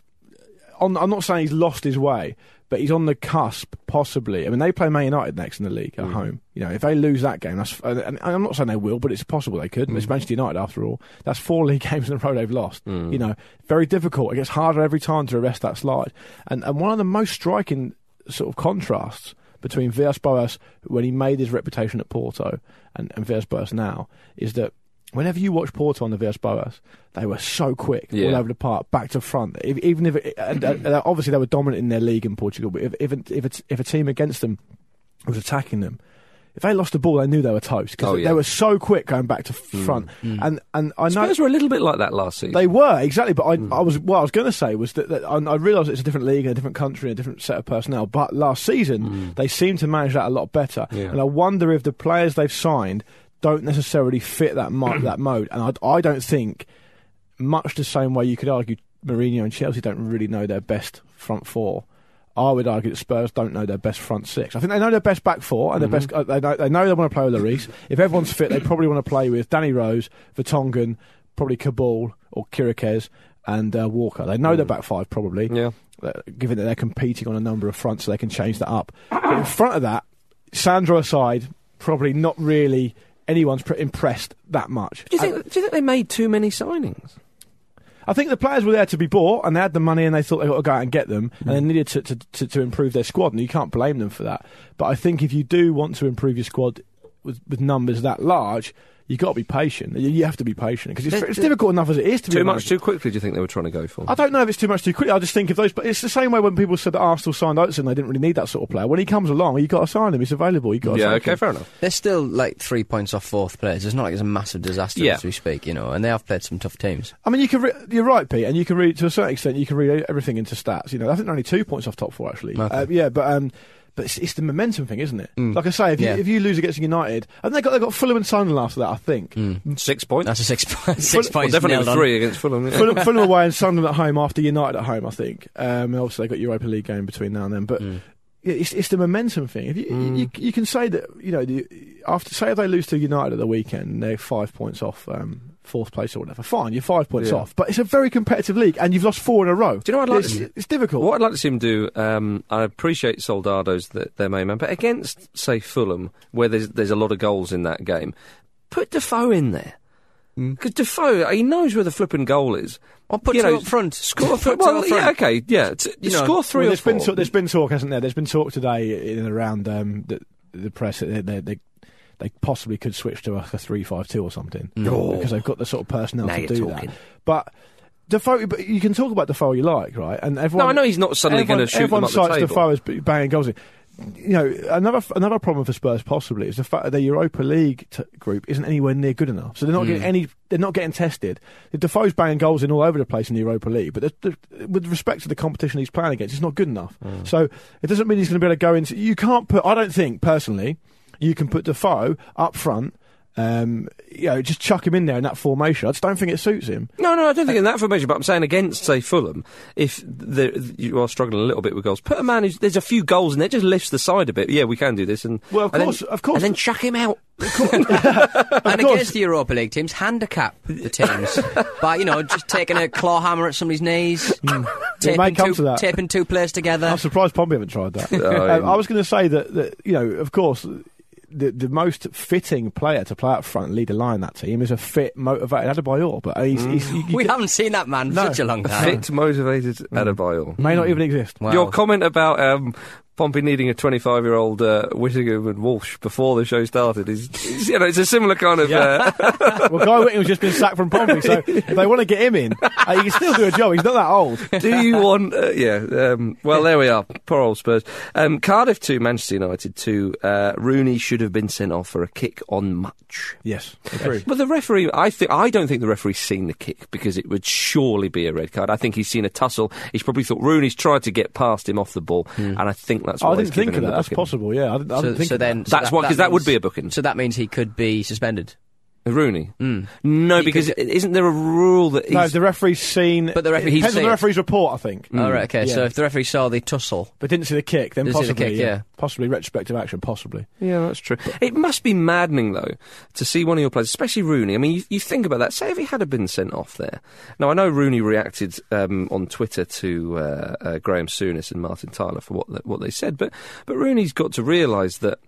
On, I'm not saying he's lost his way, but he's on the cusp, possibly. I mean, they play Man United next in the league at home. You know, if they lose that game, that's. And, and I'm not saying they will, but it's possible they could. It's Manchester United after all. That's four league games in a row they've lost. You know, very difficult. It gets harder every time to arrest that slide. And and one of the most striking sort of contrasts between Villas Boas when he made his reputation at Porto and, and Villas Boas now is that whenever you watch Porto and the Villas Boas, they were so quick Yeah. all over the park, back to front. If, even if, it, and, uh, and obviously they were dominant in their league in Portugal, but if, if, a, if, a, if a team against them was attacking them, if they lost the ball, they knew they were toast because Oh, yeah. Hmm. they were so quick going back to front. And and I know Spurs were a little bit like that last season. Hmm. they were exactly, but I, I was what I was going to say was that, that I, I realised it's a different league and a different country and a different set of personnel. But last season they seemed to manage that a lot better, Hmm. Yeah. and I wonder if the players they've signed don't necessarily fit that mo- that mode. And I, I don't think much the same way you could argue Mourinho and Chelsea don't really know their best front four. I would argue that Spurs don't know their best front six. I think they know their best back four and their best. Uh, they, know, they know they want to play with Lloris. if everyone's fit, they probably want to play with Danny Rose, Vertonghen, probably Cabal or Kirikes and uh, Walker. They know their back five probably. Yeah. uh, given that they're competing on a number of fronts, so they can change that up. But in front of that, Sandro aside, probably not really anyone's pr- impressed that much. Do you think? Do you think they made too many signings? I think the players were there to be bought, and they had the money, and they thought they got to go out and get them, and Hmm. they needed to, to, to, to improve their squad, and you can't blame them for that. But I think if you do want to improve your squad with, with numbers that large, you've got to be patient. You, you have to be patient because it's, But- it's difficult enough as it is to be Too a much manager. too quickly? Do you think they were trying to go for? I don't know if it's too much too quickly. I just think if those. But it's the same way when people said that Arsenal signed Oates and they didn't really need that sort of player. When he comes along, you've got to sign him. He's available. You've got to yeah. take Okay. him. Fair enough. They're still like three points off fourth players. It's not like it's a massive disaster Yeah. as we speak, you know. And they have played some tough teams. I mean, you can. Re- you're right, Pete, and you can read to a certain extent. You can read everything into stats. You know, I think they're only two points off top four actually. Okay. Uh, yeah, but um, but it's, it's the momentum thing, isn't it? Like I say, if you Yeah. if you lose against United, and they got they got Fulham and Sunderland after that, I think. Mm. Six points. Mm. That's a six, po- six Well, points. definitely nailed on. three against Fulham. yeah. Fulham, Fulham away and Sunderland at home after United at home, I think. Um, and obviously they got Europa League game between now and then, but. yeah, It's, it's the momentum thing. If you, you, you can say that you know the, after say if they lose to United at the weekend, and they're five points off um, fourth place or whatever. Fine, you're five points Yeah. off, but it's a very competitive league, and you've lost four in a row. Do you know what I'd like to It's, see? it's difficult. What I'd like to see him do, um, I appreciate Soldado's th- their main man, but against, say, Fulham, where there's, there's a lot of goals in that game, put Defoe in there. Because Defoe, he knows where the flipping goal is. Or Hmm. put You two know, up front. Score Put three. two Well, up yeah, front. okay, yeah. t- you know, score three Well, or there's four. been talk, there's been talk, hasn't there? There's been talk today in and around um, the, the press that they, they, they, they possibly could switch to like a three-five-two or something Oh. because they've got the sort of personnel Mm. Now to you're do talking. that. But Defoe, but you can talk about Defoe you like, right? And everyone, no, I know he's not suddenly going to everyone- shoot everyone them up cites the table. Defoe as b- banging goals. in. You know, another another problem for Spurs possibly is the fact that their Europa League t- group isn't anywhere near good enough. So they're not getting Hmm. any. They're not getting tested. Defoe's banging goals in all over the place in the Europa League, but the, the, with respect to the competition he's playing against, it's not good enough. Hmm. So it doesn't mean he's going to be able to go into. You can't put. I don't think personally, you can put Defoe up front. Um, you know, just chuck him in there in that formation. I just don't think it suits him. No, no, I don't think in that formation. But I'm saying against, say Fulham, if the, you are struggling a little bit with goals, put a man who's there's a few goals in there, just lifts the side a bit. Yeah, we can do this, and Well, of and then- course- of course. and then chuck him out. And course. against the Europa League teams, handicap the teams by you know just taking a claw hammer at somebody's knees, Mm. It may taping, come two, to that. taping two players together. I'm surprised Pompey haven't tried that. Oh, No, Um, I was going to say that, that you know, of course, the the most fitting player to play up front and lead the line in that team is a fit, motivated Adebayor, but he's, Mm. he's, you, you we get- haven't seen that man for No. such a long time. Fit, motivated, Hmm. Adebayor. may not even exist. Wow. Your comment about um, Pompey needing a 25-year-old uh, Whittingham and Walsh before the show started is, is, you know, it's a similar kind of. Uh, well, Guy Whittingham's just been sacked from Pompey, so if they want to get him in, uh, he can still do a job. He's not that old. do you want? Uh, yeah. Um, well, there we are. Poor old Spurs. Um, Cardiff two, Manchester United two. Uh, Rooney should have been sent off for a kick on much. Yes, agree. But the referee, I think, I don't think the referee's seen the kick because it would surely be a red card. I think he's seen a tussle. He's probably thought Rooney's tried to get past him off the ball, and I think that's. Hmm. I why he's didn't think of given him that. the That's booking. possible. Yeah, I didn't, I So, didn't think so of that. then, so That's that- why, because that would means- be a booking. So that means he could be suspended. Rooney. No, because isn't there a rule that he's, No, the referee's seen. But the referee- it he's depends on seen the it. Mm. referee's report, I think. All right, okay. So Yeah. if the referee saw the tussle, But didn't see the kick, then Didn't see the possibly, kick, yeah. possibly retrospective action, possibly. Yeah, that's true. It must be maddening though to see one of your players, especially Rooney. I mean, you, you think about that. Say if he had have been sent off there. Now I know Rooney reacted um, on Twitter to uh, uh, Graham Souness and Martin Tyler for what th- what they said, but but Rooney's got to realise that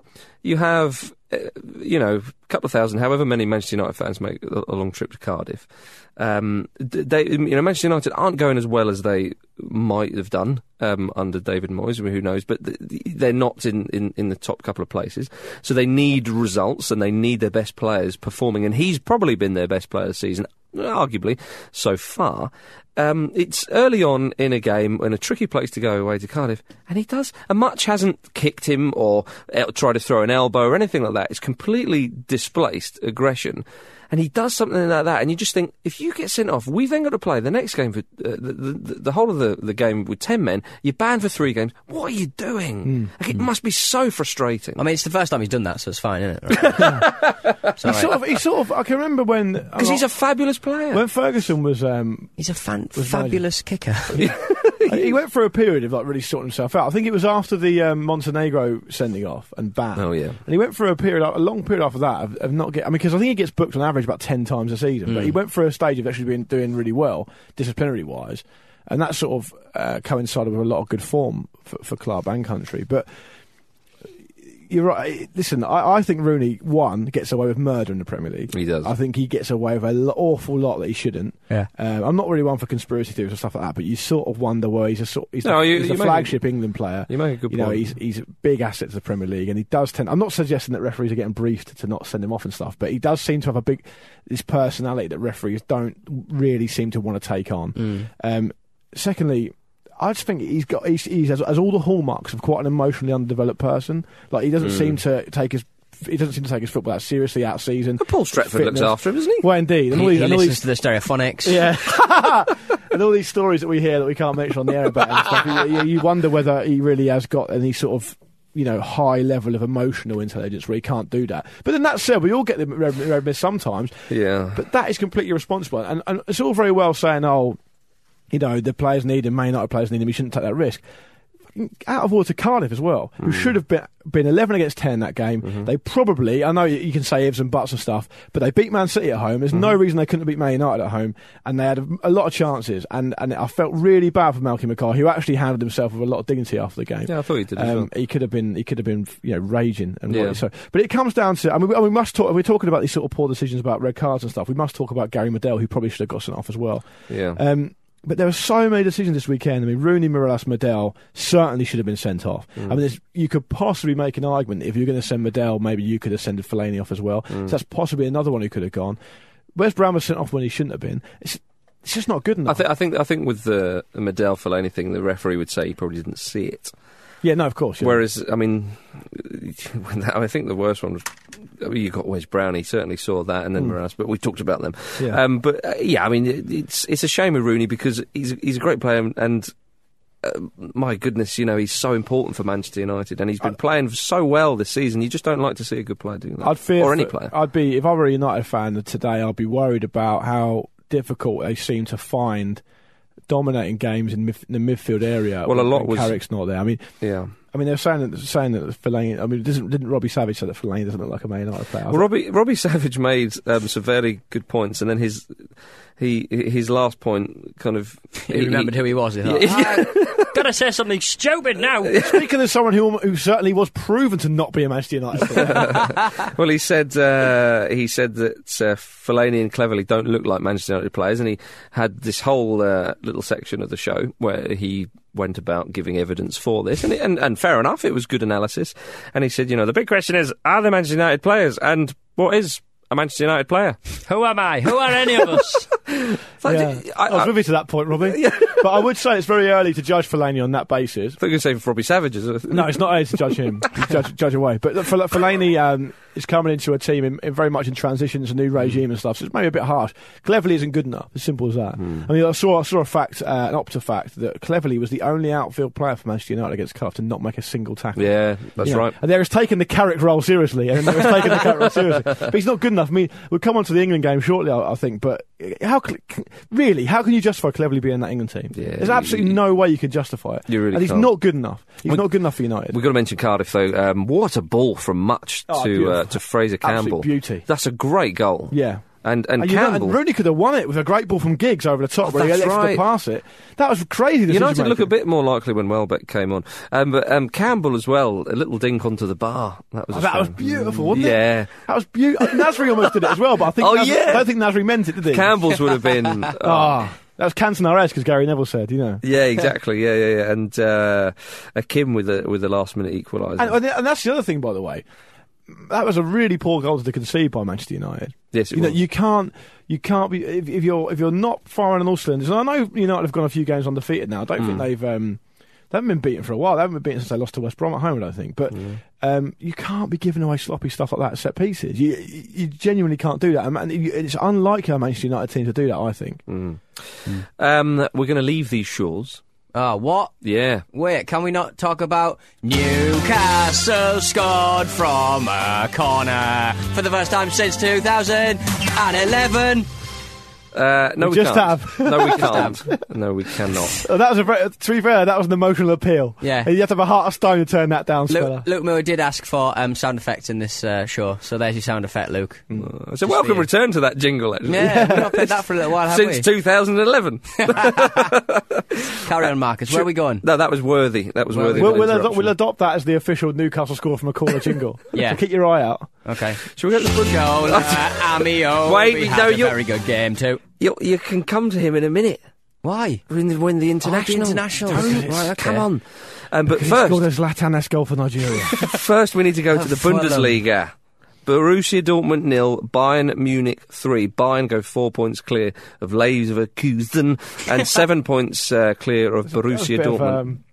you have. Uh, you know, a couple of thousand, however many Manchester United fans make a, a long trip to Cardiff. Um, d- they, you know, Manchester United aren't going as well as they might have done um, under David Moyes. I mean, who knows? But th- th- they're not in, in, in the top couple of places. So they need results and they need their best players performing. And he's probably been their best player this season, arguably, so far. Um, it's early on in a game and a tricky place to go away to Cardiff, and he does. And much hasn't kicked him or el- tried to throw an elbow or anything like that. It's completely displaced aggression, and he does something like that. And you just think, if you get sent off, we've then got to play the next game for uh, the, the, the whole of the, the game with ten men. You're banned for three games. What are you doing? Like, it must be so frustrating. I mean, it's the first time he's done that, so it's fine, isn't it? Right. It's all He sort right. of, he sort of. I can remember when because he's a fabulous player. when Ferguson was um, He's a fan- Was fabulous kicker. he went through a period of like really sorting himself out. I think it was after the um, Montenegro sending off and ban. Oh, yeah. and he went through a period, a long period after that of, of not getting. I mean, because I think he gets Hmm. booked on average about ten times a season, but he went through a stage of actually being doing really well disciplinary wise. and that sort of uh, coincided with a lot of good form for, for club and country. But you're right. Listen, I, I think Rooney one gets away with murder in the Premier League. He does. I think he gets away with an awful lot that he shouldn't. Yeah. Um, I'm not really one for conspiracy theories or stuff like that, but you sort of wonder where he's a sort. He's, No, the, you- he's you the make a- flagship England player. you make a good You know, point. he's he's a big asset to the Premier League, and he does tend. I'm not suggesting that referees are getting briefed to not send him off and stuff, but he does seem to have a big this personality that referees don't really seem to want to take on. Mm. Um, secondly, I just think he's got he's, he's has, has all the hallmarks of quite an emotionally underdeveloped person. Like he Mm. doesn't seem to take his he doesn't seem to take his football that seriously out of season. But Paul Stretford looks Fitness. after him, doesn't he? Well, indeed, and all He, these, he and all listens these to the stereophonics. yeah, and all these stories that we hear that we can't mention on the air about and stuff. You, you wonder whether he really has got any sort of you know high level of emotional intelligence where he can't do that. But then that said, we all get the red, red mist sometimes. Yeah. But that is completely irresponsible, and, and it's all very well saying, "Oh, you know, the players need him, Man United players need him. He shouldn't take that risk." Fucking Out of order to Cardiff as well, Hmm. who should have been been eleven against ten that game. Mm-hmm. They probably, I know you- you can say ifs and buts and stuff, but they beat Man City at home. There's Mm-hmm. no reason they couldn't have beat Man United at home, and they had a, a lot of chances. And, and I felt really bad for Malcolm McCarr, who actually handled himself with a lot of dignity after the game. Yeah, I thought he did as well. Um, he could have been, he could have been, you know, raging and Yeah. what, so but it comes down to, I mean, we, we must talk, if we're talking about these sort of poor decisions about red cards and stuff, we must talk about Gary Medell, who probably should have got sent off as well. Yeah. Um, but there were so many decisions this weekend. I mean, Rooney, Morales, Medell certainly should have been sent off. Mm. I mean, there's- you could possibly make an argument if you're going to send Medell, maybe you could have sent Fellaini off as well. Mm. So that's possibly another one who could have gone. Where's Brown was sent off when he shouldn't have been. It's, it's just not good I, enough. th- I think I think with uh, the, the Medell Fellaini thing, the referee would say he probably didn't see it. yeah, no, of course. yeah. Whereas, I mean, when that, I think the worst one was I mean, you got Wes Brown. He certainly saw that, and then Morales. But we talked about them. Hmm. Yeah. Um, but uh, yeah, I mean, it, it's it's a shame with Rooney because he's he's a great player, and, and uh, my goodness, you know, he's so important for Manchester United, and he's been playing so well this season. You just don't like to see a good player do that, I'd fear or any for- player. I'd be if I were a United fan today, I'd be worried about how difficult they seem to find dominating games in, midf- in the midfield area. Well, a when- lot when was- Carrick's not there. I mean, yeah. I mean, they're saying that saying that Fellaini. I mean, doesn't, didn't Robbie Savage say that Fellaini doesn't look like a Man United player? I Well, Robbie Robbie Savage made um, some very good points, and then his he his last point kind of He remembered who he was. He thought, "Ah, Gotta say something stupid now. thought- Speaking as someone who who certainly was proven to not be a Manchester United player, Well, he said uh, he said that uh, Fellaini and Cleverly don't look like Manchester United players, and he had this whole uh, little section of the show where he went about giving evidence for this, and, it, and and fair enough, it was good analysis. And he said, you know, the big question is, are they Manchester United players, and what is a Manchester United player? Who am I? Who are any of us? Yeah. I, I, was with you to that point, Robbie. But I would say it's very early to judge Fellaini on that basis. thought you were saying for Robbie Savage. is it? No, it's not early to judge him. judge, judge away. But look, Fel- Fellaini um, is coming into a team in, in very much in transition. It's a new regime and stuff, so it's maybe a bit harsh. Cleverly isn't good enough. As simple as that. Hmm. I mean, I saw I saw a fact, uh, an opta fact, that Cleverly was the only outfield player for Manchester United against Cardiff to not make a single tackle. Yeah, that's You know, right. And there is taking the Carrick role seriously, and there is taking the Carrick role seriously. But he's not good enough. I mean, we'll come on to the England game shortly, I, I think. But how cl- c- really? How can you justify cleverly being in that England team? Yeah, There's absolutely you- no way you can justify it. You really and he's can't. not good enough. He's We- not good enough for United. We've got to mention Cardiff though. Um, what a ball from Much Oh, to uh, beautiful. to Fraser Absolute Campbell. beauty. That's a great goal. yeah. And and, And, you know, Campbell. and Rooney could have won it with a great ball from Giggs over the top, Oh, where he that's elected right. to pass it. That was crazy. decision United look a making. bit more likely when Welbeck came on. Um, but um, Campbell as well, a little dink onto the bar. That was Oh, a that was shame. beautiful, wasn't it? Yeah. That was beautiful. Nasri almost did it as well, but I think Oh, Nas- yeah. I don't think Nasri meant it, did he? Campbell's would have been. oh, Ah, that was Cantona-esque, as Gary Neville said. You know. Yeah, exactly. Yeah, yeah, yeah. And uh, a Kim with a with a last minute equaliser. And, uh, and that's the other thing, by the way. That was a really poor goal to concede by Manchester United. Yes, it you know, was. you can't, you can't be if, if you're if you're not firing on all cylinders. And I know United have gone a few games undefeated now. I don't Hmm. think they've um, they haven't been beaten for a while. They haven't been beaten since they lost to West Brom at home. I don't think. But Hmm. um, you can't be giving away sloppy stuff like that at set pieces. You you you genuinely can't do that. And man- you- it's unlikely a Manchester United team to do that. I think. Hmm. um, we're going to leave these shores. Ah, what? Yeah. Wait, can we not talk about Newcastle scored from a corner for the first time since 2011? Uh, no, We we, just can't. have. No, we can't. no, we cannot. Oh, that was a very, to be fair, that was an emotional appeal. Yeah. And you have to have a heart of stone to turn that down, Speller. Luke, Luke Moore did ask for um, sound effects in this uh, show, so there's your sound effect, Luke. It's a welcome you. return to that jingle, actually. Yeah, we've not played that for a little while, have Since we? 2011. Carry on, Marcus. Where are we going? No, that was worthy. That was Well, worthy. We'll, of an we'll, ado- interruption. we'll adopt that as the official Newcastle score from a corner jingle. Yeah. So keep your eye out. Okay. Shall we get the Go, Amio. Wait, we no, had a you're- very good game Oh, too. you, you can come to him in a minute. Why? Oh, When the, when the international. international. Don't. Right, okay. Come on. Um, but First. first, Latanes goal for Nigeria. first we need to go Oh, to the Fulham. Bundesliga. Borussia Dortmund nil, Bayern Munich three. Bayern go four points clear of Leverkusen and seven points uh, clear of Borussia Bit of, Dortmund. um,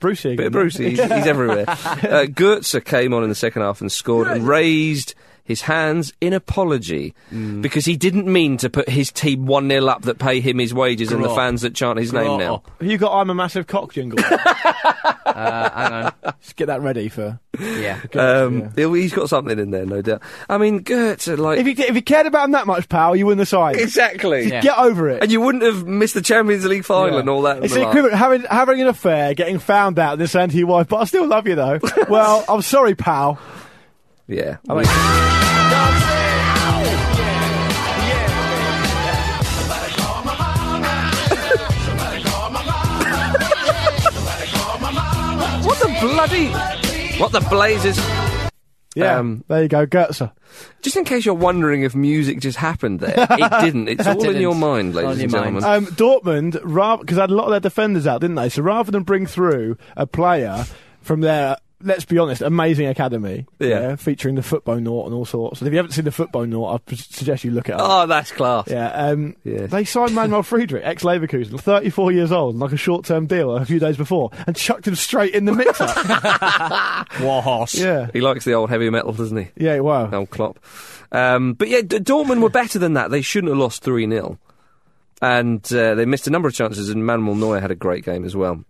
Brucey. again. Bit of Bruce, he's, he's everywhere. Uh, Goetze came on in the second half and scored and raised his hands in apology Mm. because he didn't mean to put his team 1 0 up that pay him his wages and Grow the up. fans that chant his Grow name now. up. Have you got I'm a massive cock jingle? Uh, hang on. Just get that ready for. Yeah. Um, Yeah. he'll- He's got something in there, no doubt. I mean, Goetze, like. If you, if you cared about him that much, pal, you wouldn't have signed. exactly. Yeah. Get over it. And you wouldn't have missed the Champions League final Yeah. and all that. It's the malarkey. equivalent of having, having an affair, getting found out, this and your wife, but I still love you though. well, I'm sorry, pal. Yeah. what the bloody. What the blazes. Yeah, Um, there you go, Goetzer. Just in case you're wondering if music just happened there, it didn't. It's all in didn't. your mind, ladies All in and your gentlemen. mind. Um, Dortmund, rather because they had a lot of their defenders out, didn't they? So rather than bring through a player from their, let's be honest, amazing academy, Yeah. featuring the football naught and all sorts. And if you haven't seen the football naught, I p- suggest you look it up. Oh, that's class. Yeah, um, Yes. they signed Manuel Friedrich, ex Leverkusen, 34 years old, like a short term deal a few days before, and chucked him straight in the mixer. Warhorse. yeah, He likes the old heavy metal, doesn't he? yeah, wow. Old Klopp. Um, but yeah, D- Dortmund were better than that. They shouldn't have lost 3 0. And uh, they missed a number of chances, and Manuel Neuer had a great game as well.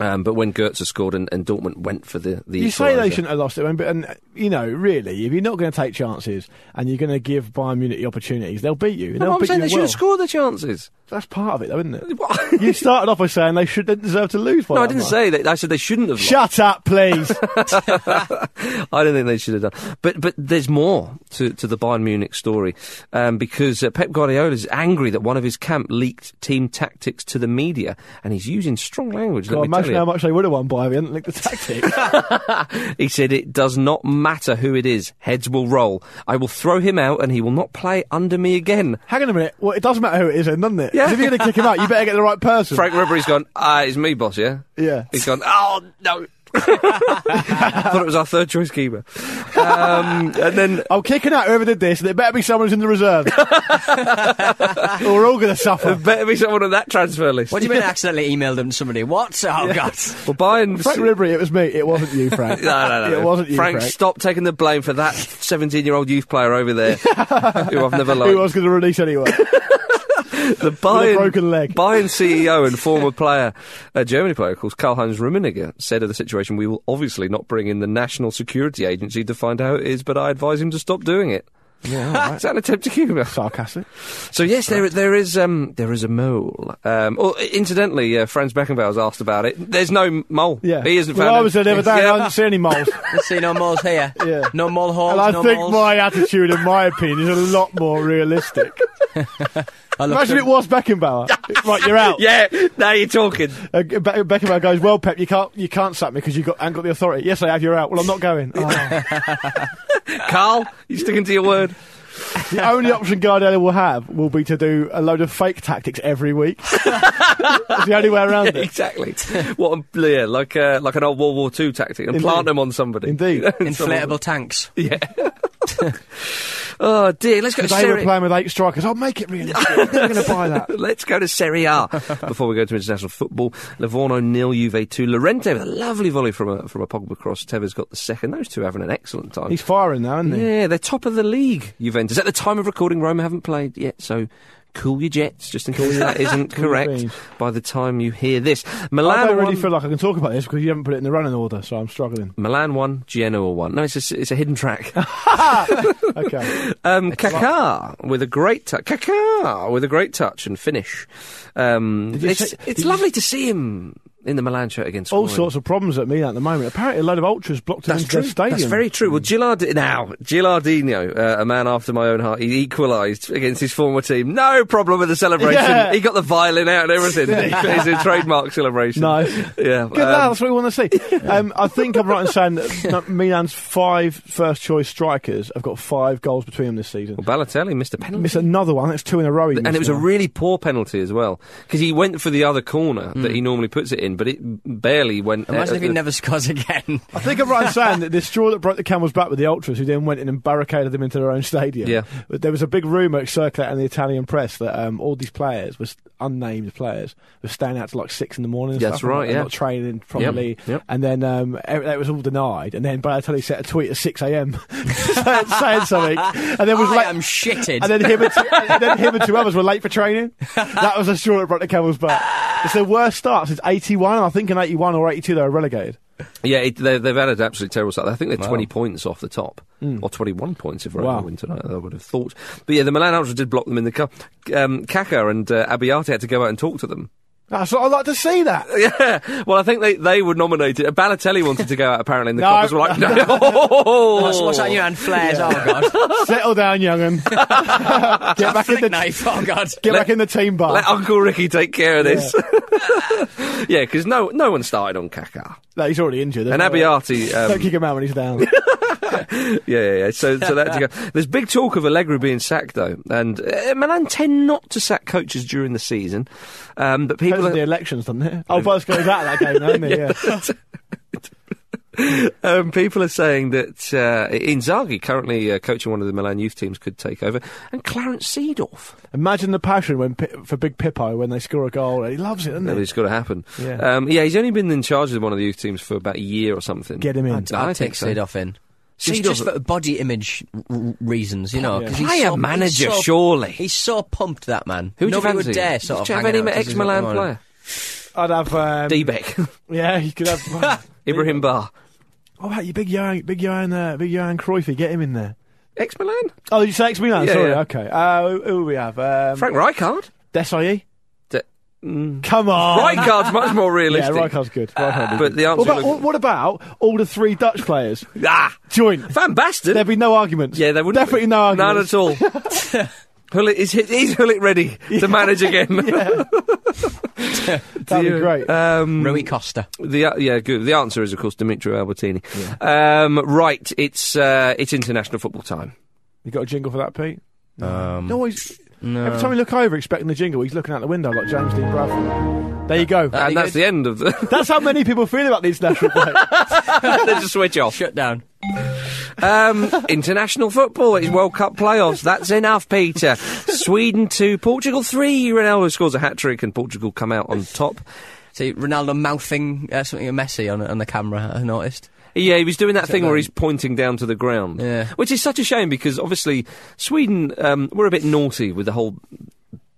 Um, but when Goetze scored and, and Dortmund went for the, the You say they equaliser. shouldn't have lost it, and, but- and uh, you know, really, if you're not going to take chances and you're going to give Bayern Munich the opportunities, they'll beat you. No, they'll but I'm beat saying you they should well. have scored the chances. That's part of it, though, isn't it? What? you started off by saying they should didn't deserve to lose. By no, I that didn't much. say that. I said they shouldn't have. lost. Shut up, please. I don't think they should have done. But but there's more to, to the Bayern Munich story um, because uh, Pep Guardiola is angry that one of his camp leaked team tactics to the media, and he's using strong language. God, let me imagine how tell you. much they would have won by if we hadn't licked the tactic. He said it does not matter who it is. Heads will roll. I will throw him out, and he will not play under me again. Hang on a minute. Well, it doesn't matter who it is, then, doesn't it? Yeah. 'Cause if you're going to kick him out, you better get the right person. Frank Ribery's gone. Ah, it's me, boss. Yeah. Yeah. He's gone. Oh no. I thought it was our third choice keeper. Um, and then I'm kicking out whoever did this, and it better be someone who's in the reserve. or we're all going to suffer. better be someone on that transfer list. What do you mean? I accidentally emailed them to somebody? What? Oh God. Well, Bayern. Frank Ribery, it was me. It wasn't you, Frank. No, no, no. It wasn't you, Frank. stop taking the blame for that 17 year old youth player over there who I've never liked. Who I was going to release anyway. the Bayern, broken leg. Bayern CEO and former player, a Germany player called Karl Heinz Rummenigge, said of the situation, We will obviously not bring in the National Security Agency to find out how it is, but I advise him to stop doing it. yeah, Is that an attempt to humor? Sarcastic. So yes, there there is um there is a mole. Um, or incidentally, uh, Franz Beckenbauer was asked about it. There's no mole. Yeah. he isn't. well, found I him. was there the other day, and I Yeah. didn't see any moles. You see no moles here. Yeah. No mole holes. And I no think moles. my attitude and my opinion is a lot more realistic. I looked Imagine up- it was Beckenbauer. right, you're out. yeah, now you're talking. Uh, Be- Beckenbauer goes, "Well, Pep, you can't, you can't sack me because you got, haven't got the authority." Yes, I have. You're out. Well, I'm not going. Oh. Carl, you sticking to your word? Oh. the only option Guardiola will have will be to do a load of fake tactics every week. That's the only way around Yeah, it. exactly. what a, yeah, like uh, like an old World War II tactic, and Indeed. plant them on somebody. Indeed. inflatable tanks. Yeah. oh dear, let's go to They were Serie. playing with eight strikers. I'll make it realistic. They're going to buy that. Let's go to Serie A before we go to international football. Livorno nil, Juve two. Lorente with a lovely volley from a from a Pogba cross. Tevez got the second. Those two having an excellent time. He's firing now, isn't he? yeah, they're top of the league. Juventus at the time of recording, Roma haven't played yet, so Cool your jets, just in case your- that isn't cool your correct beans. by the time you hear this. I Milan don't really won- feel like I can talk about this because you haven't put it in the running order, so I'm struggling. Milan one, Genoa one. No, it's a, s- it's a hidden track. Okay. Um, Kaká with a great touch. Kaká with a great touch and finish. Um, you it's say- did it's you- lovely to see him in the Milan shirt against All sorts of problems at me at the moment. Apparently, a load of ultras blocked him That's into true. their stadium. That's very true. Well, Gillard now Gilardino, uh, a man after my own heart, he equalised against his former team. No problem with the celebration. Yeah. He got the violin out and everything. it's a trademark celebration. Nice. Yeah. um, Good, lad, that's what we want to see. um, I think I'm right in saying that Milan's five first choice strikers have got five goals between them this season. well, Balotelli missed a penalty. Miss another one. That's two in a row. he Oh, and missed it was a now. really poor penalty as well because he went for the other corner Mm. that he normally puts it in, but it barely went. Imagine uh, if he never scores again. I think I'm right in saying that the straw that broke the camel's back with the ultras, who then went in and barricaded them into their own stadium. Yeah. But there was a big rumour circulating in the Italian press that um, all these players, was unnamed players, were staying out till like six in the morning. And That's stuff, and right, not- yeah. and not training properly. yep. And then um, e- that was all denied. And then Balotelli sent a tweet at six a.m. saying, saying something, and then was I like. am shitted. and then, him and, two, and then him and two others were late for training. That was a straw that broke the camel's back. It's their worst start since 81. I think in 81 or 82 they were relegated. Yeah, it, they, they've had an absolutely terrible start. I think they're Wow. 20 points off the top, or 21 points if we're Wow. wow. win tonight, I would have thought. But yeah, the Milan Ultra did block them in the cup. Um, Kaka and uh, Abbiati had to go out and talk to them. That's what I like to see. That Yeah, well, I think they, they were nominated. Uh, Balotelli wanted to go out apparently in the No. cup as well. Like, no! What's, what's that in your hand? Flares. Oh god. settle down, young'un. get back in the Flick knife. Oh god. get back in the team bar. Oh, Let Uncle Ricky take care of this. yeah, because no, no one started on Kaka. no, he's already injured. And isn't he? Abbiati. Um, Don't kick him out when he's down. Yeah, yeah, yeah. So, so that to go. There's big talk of Allegri being sacked though, and uh, Milan tend not to sack coaches during the season. Um, but people, Depends on the are, elections, doesn't it? Oh, Buzz goes out of that game, doesn't he? Yeah. um, people are saying that uh, Inzaghi, currently uh, coaching one of the Milan youth teams, could take over, and Clarence Seedorf. Imagine the passion when Pi- for Big Pippo when they score a goal. He loves it, doesn't No, he? it's got to happen. Yeah. Um, yeah, he's only been in charge of one of the youth teams for about a year or something. Get him in. I'd, I'd I think take so. Sid off in. Just, Seedorf- just for body image r- r- reasons, you know. 'cause he's Player so- Oh, manager, he's so- surely. He's so pumped, that man. Who would Nobody you fancy? would dare sort of Do you have hang any out till six in the ex-Milan morning. player? I'd have. Um, Debek, yeah, you could have. Ibrahim Bar, What about you, big Johan, big Johan, uh, big Johan Cruyff? Get him in there. ex-Milan, Oh, you say ex Milan? Yeah, Sorry, yeah. okay. Uh, who, who we have? Um, Frank Rijkaard. Desai. De- mm. Come on, Rijkaard's much more Yeah, realistic. Rijkaard's good. Rijkaard is but the answer What about, would- what about all the three Dutch players? ah, Joint. Van Basten. There'd be no arguments. Yeah, there wouldn't definitely be. no None arguments. at all. Hullet is, is Hullet ready to manage again? That'd be great. Um, Rui Costa. the uh, yeah, good. The answer is of course Dimitri Albertini. Um, right, it's uh, it's international football time. you got a jingle for that, Pete? Um, No, he's, no. every time we look over, expecting the jingle, he's looking out the window like James Dean Bradford. There you go. and that's the end of the. That's how many people feel about the international break. they just switch off. Shut down. Um, international football. It's World Cup playoffs. That's enough, Peter. Sweden two, Portugal three. Ronaldo scores a hat trick, and Portugal come out on top. See Ronaldo mouthing uh, something at Messi on on the camera. I noticed. Yeah, he was doing that thing where that- he's pointing down to the ground. Yeah. Which is such a shame because obviously Sweden um, were a bit naughty with the whole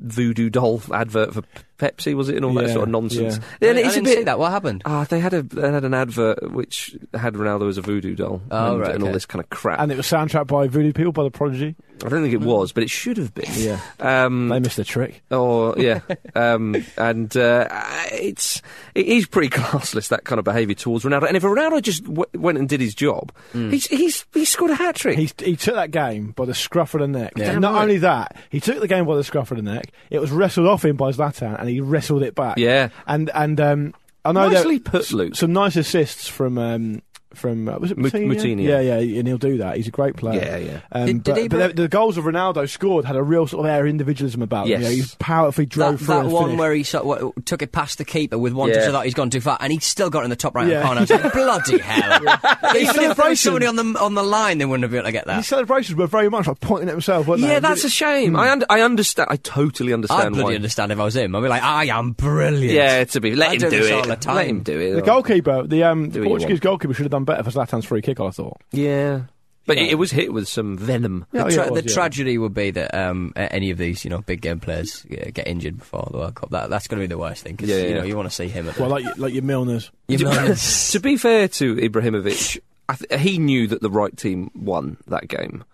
voodoo doll advert for Pepsi, was it, and all that Yeah, sort of nonsense. I, And I it's a didn't bit- see that. What happened? Ah, they had a they had an advert which had Ronaldo as a voodoo doll Oh, and, right, and all okay. Um, this kind of crap. and it was soundtracked by Voodoo People by the Prodigy. I don't think mm. it was, but it should have been. Yeah. Um, They missed the trick. Or yeah, um, and uh, it's it is pretty classless that kind of behaviour towards Ronaldo. And if Ronaldo just w- went and did his job, Mm. he's he's he scored a hat trick. He, he took that game by the scruff of the neck. Yeah. And Not only that, he took the game by the scruff of the neck. It was wrestled off him by Zlatan, and he wrestled it back. Yeah. and and um, I know there- Nicely put, Luke. some nice assists from um, from uh, was it Mut- Moutinho? Moutinho. Yeah, yeah, and he'll do that. He's a great player. Yeah, yeah. Um, Did- did but he but bra- the, the goals of Ronaldo scored had a real sort of air of individualism about Yes. him. You know, he powerfully drove That, through that and one finished. where he sort of, w- took it past the keeper with one Yeah. touch. I thought he's gone too far, and he still got in the top right Yeah. hand corner. I was like, bloody hell! Even if there Celebration. was somebody on the on the line, they wouldn't have been able to get his that. celebrations were very much like pointing at himself, weren't they? Yeah, that's a Hmm. shame. I und- I understand. I totally I'd understand bloody why. understand if I was him. I'd be like, I am brilliant. Yeah, to be let I him do do this it. all the time. Let him do it. The goalkeeper, the, um, the Do what you Portuguese goalkeeper, should have done better for Zlatan's free kick. I thought. Yeah. But it, it was hit with some venom. Yeah, the, Oh, yeah, tra- it was, the yeah. tragedy would be that um, a- any of these, you know, big game players yeah, get injured before the World Cup. That, that's going to be the worst thing because Yeah, you yeah. know you want to see him at the Well, like like your Milners. You know, to be fair to Ibrahimovic, I th- he knew that the right team won that game.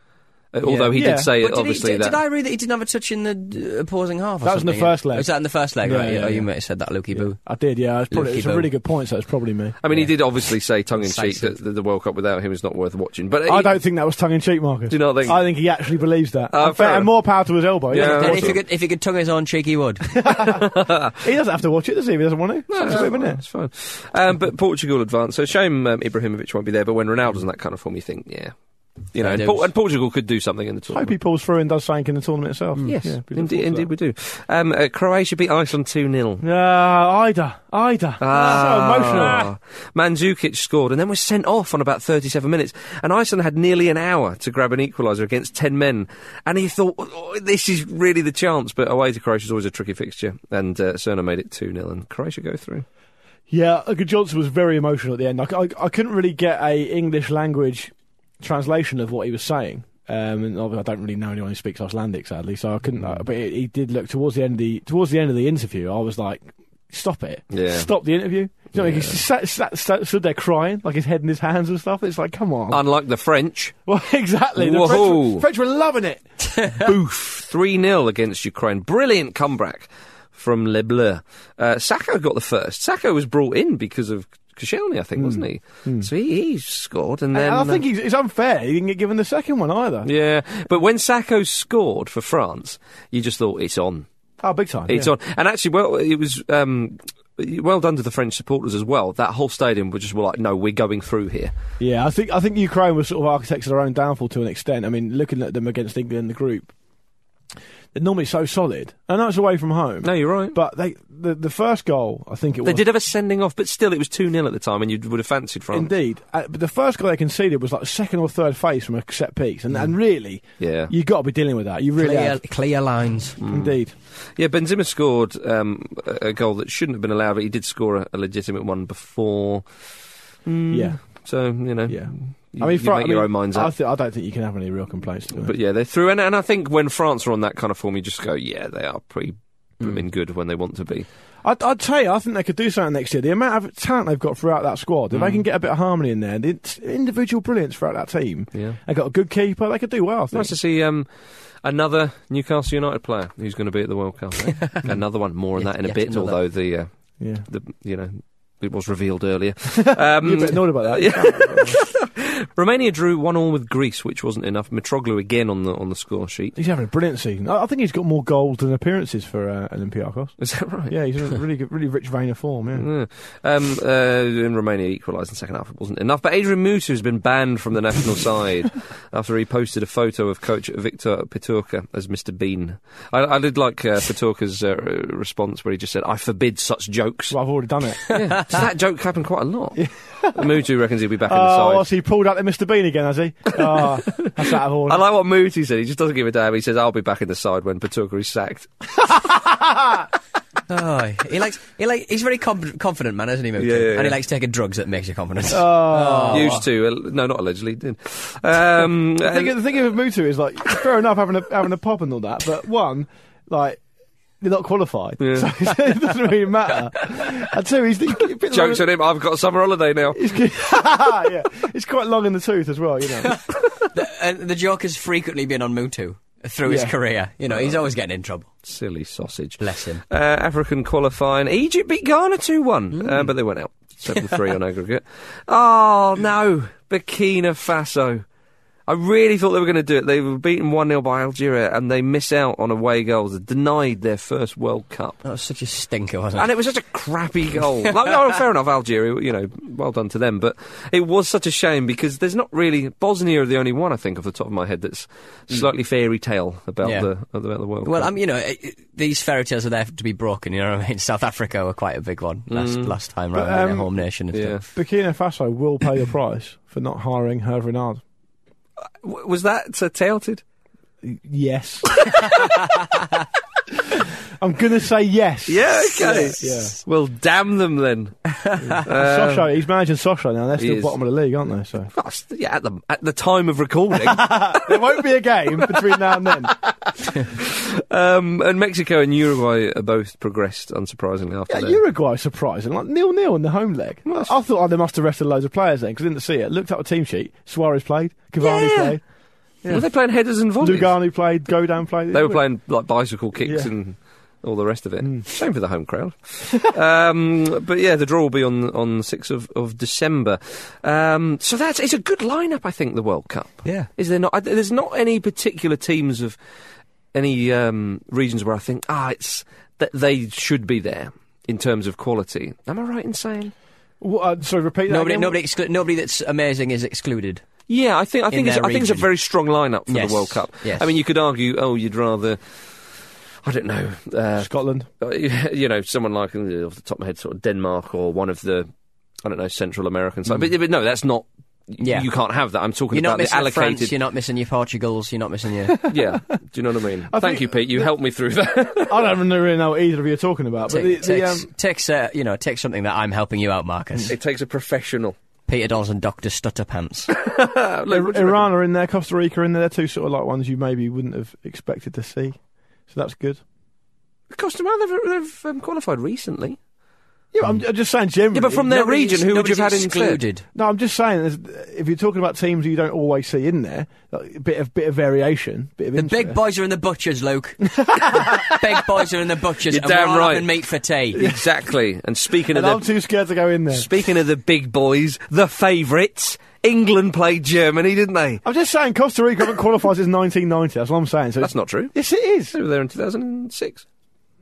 Uh, Although he Yeah. did say, But did, he, obviously, did, that. did I read that he didn't have a touch in the uh, opposing half? Or That was in the something? first leg. Was that in the first leg? Yeah, right? yeah, oh, yeah. you might have said that, Lukey Boo. I did, yeah. It's probably, Lucky it's a really Boo. good point. So it's probably me. I mean, he did obviously say tongue in cheek Decisive. that the, the World Cup without him is not worth watching. But I he- don't think that was tongue in cheek, Marcus. Do you not think- I think he actually believes that. And Uh, fair fair- and enough. more power to his elbow. He, Yeah. doesn't And have if to he watch could, if he could tongue his own cheek, he would. it. he doesn't have to watch it, does he? If he doesn't want to. No, It's up to him, no, isn't it? it's fine. Um, but Portugal advance. So shame um, Ibrahimovic won't be there. But when Ronaldo's in that kind of form, you think, yeah, you know, Yeah, and, there Por- was- and Portugal could do something in the Hope tournament. he pulls through and does something in the tournament itself. Yes, Yeah, be looking indeed, forward to indeed we do. Um, uh, Croatia beat Iceland two 0 that. Ah, Ida, Ida. Ah. so emotional. Mandzukic scored and then was sent off on about 37 minutes. And Iceland had nearly an hour to grab an equaliser against 10 men. And he thought, oh, this is really the chance. But away to Croatia is always a tricky fixture. And uh, Cerna made it 2 0 and Croatia go through. Yeah, Uga Johnson was very emotional at the end. I, c- I- I couldn't really get a English language translation of what he was saying. Um, and ob- I don't really know anyone who speaks Icelandic, sadly, so I couldn't. Mm. uh, but he, he did look towards the end of the towards the end of the interview. I was like, "Stop it! Yeah. Stop the interview!" Do You know, He sat, sat, sat, stood there crying, like his head in his hands and stuff. It's like, come on! Unlike the French, well, exactly. The Whoa. French, were- French were loving it. boof, 3 0 against Ukraine. Brilliant comeback from Le Bleu. Uh, Sacco got the first. Sacco was brought in because of Koscielny, I think, wasn't he? So he, he scored. And, And then. Hmm. I uh, think he's, it's unfair. He didn't get given the second one either. Yeah, but when Sacco scored for France, you just thought it's on, Oh, big time! it's yeah. on, and actually, well, it was um, well done to the French supporters as well. That whole stadium were just were like, no, we're going through here. Yeah, I think I think Ukraine were sort of architects of their own downfall to an extent. I mean, looking at them against England in the group, they're normally so solid. I know it's away from home, No, you're right. but they the, the first goal, I think it They was did have a sending off, but still, it was two 0 at the time, and you would have fancied France. indeed. Uh, but the first goal they conceded was like second or third phase from a set piece, and, and really, Yeah. you got to be dealing with that. You really, clear, have. clear lines. Mm. indeed. Yeah, Benzema scored um, a a goal that shouldn't have been allowed, but he did score a, a legitimate one before. Mm, Yeah, So you know, yeah. you, you Fran- make your own minds I, up. thi- I don't think you can have any real complaints. To be honest. But yeah, they're through, and, and I think when France are on that kind of form, you just go, yeah, they are pretty blooming good when they want to be. I'd, I'd tell you, I think they could do something next year. The amount of talent they've got throughout that squad, if Mm. they can get a bit of harmony in there, the t- individual brilliance throughout that team. Yeah. They've got a good keeper, they could do well, I think. Nice to see um, another Newcastle United player who's going to be at the World Cup. eh? another one, more on Yet- that in a yet bit. another. Although the, uh, yeah. the you know it was revealed earlier. You're a Um, bit annoyed about that. Romania drew one all with Greece, which wasn't enough. Mitroglou again on the on the score sheet. He's having a brilliant season. I, I think he's got more goals than appearances for uh, Olympiacos. Is that right? Yeah, he's in a really good, really rich vein of form. Yeah. Yeah. Um, uh, in Romania equalised in the second half, it wasn't enough. But Adrian Mutu has been banned from the national side after he posted a photo of coach Victor Piturka as Mr Bean. I, I did like uh, Piturka's uh, response where he just said, "I forbid such jokes." Well, I've already done it. Yeah. So that joke happened quite a lot. Mutu reckons he'll be back in the oh, side. so he pulled out the Mr Bean again, has he? Oh, that's out of order. I like what Mutu said. He just doesn't give a damn. He says, "I'll be back in the side when Patuka is sacked." Oh, he likes. He like. He's very com- confident man, isn't he? Mookie? Yeah, yeah, And yeah. he likes taking drugs that makes you confident. Oh. Ah. Used to, uh, no, not allegedly. Did. Um, the, thing, the thing with Mutu is, like, fair enough having a, having a pop and all that, but one, like, they're not qualified. Yeah. So it doesn't really matter. And two, he's he's a bit jokes on him. I've got summer holiday now. It's good. yeah, it's quite long in the tooth as well, you know. and the joke has frequently been on Mutu through Yeah. Uh-huh. his career. You know, he's always getting in trouble. Silly sausage. Bless him. Uh, African qualifying. Egypt beat Ghana 2 1, Mm. uh, but they went out 7 3 on aggregate. Oh, no. Burkina Faso. I really thought they were going to do it. They were beaten 1 0 by Algeria and they miss out on away goals. Denied their first World Cup. That was such a stinker, wasn't it? And it was such a crappy goal. like, no, fair enough, Algeria, you know, well done to them. But it was such a shame because there's not really. Bosnia are the only one, I think, off the top of my head, that's slightly fairy tale about, Mm. Yeah. the, about the World Well, Cup. I'm, you know, it, it- these fairy tales are there to be broken. You know what I mean? South Africa were quite a big one last last time, right? But, Their um, home nation. And yeah. stuff. Burkina Faso will pay the price for not hiring Herve Renard. W- was that uh, touted? Yes. I'm going to say yes. Yeah, okay. Yeah, yeah. Well, damn them then. Um, Sosho, he's managing Sosho now. They're he still is. bottom of the league, aren't they? So that's- yeah, at the at the time of recording, there won't be a game between now and then. um, and Mexico and Uruguay are both progressed, unsurprisingly. After Yeah, their- Uruguay is surprising, like nil nil in the home leg. Well, that's- I thought oh, they must have rested loads of players then because I didn't see it. Looked up the team sheet. Suarez played, Cavani Yeah. played, were they playing headers and volleys? Lugano played, Godin played. They were playing like bicycle kicks Yeah. and all the rest of it. Mm. Shame for the home crowd. um, but yeah, the draw will be on on the sixth of, of December. Um, so that's it's a good lineup, I think. The World Cup. Yeah. Is there not? I, there's not any particular teams of any um, regions where I think ah, it's that they should be there in terms of quality. Am I right in saying? What, uh, sorry, repeat that. Nobody, again. nobody, exclu- nobody that's amazing is excluded. Yeah, I think I think their it's, I think it's a region. very strong lineup for Yes, the World Cup. yes. I mean, you could argue, oh, you'd rather. I don't know. Uh, Scotland. Uh, you know, someone like uh, off the top of my head, sort of Denmark or one of the, I don't know, Central American side. But, but no, that's not. Mm. Yeah. you can't have that. I'm talking You're not about the missing your allocated. France. You're not missing your Portugals. You're not missing your. yeah, do you know what I mean? I Thank think- you, Pete. You helped me through that. I don't really know what either of you are talking about, but the, take, the, um, takes, takes, uh, you know, take something that I'm helping you out, Marcus. it takes a professional. Peter Dawson, Doctor Stutterpants. Uh, look, what do you Iran are in there, Costa Rica are in there. They're two sort of like ones you maybe wouldn't have expected to see. So that's good. reckon? Costa Rica, they've, they've um, qualified recently. Yeah, I'm, I'm just saying generally. Yeah, but from their Nobody's- region, who would you nobody's have had excluded? instead? No, I'm just saying there's- if you're talking about teams you don't always see in there, like, a bit of bit of variation, bit of The interest. big boys are in the butchers, Luke. The big boys are in the butchers. You're and damn we're all right. having meat for tea. Exactly. And speaking of And the I'm too scared to go in there. speaking of the big boys, the favourites, England played Germany, didn't they? I'm just saying Costa Rica haven't qualified since 1990. That's what I'm saying. So That's it's- not true. Yes, it is. They were there in 2006.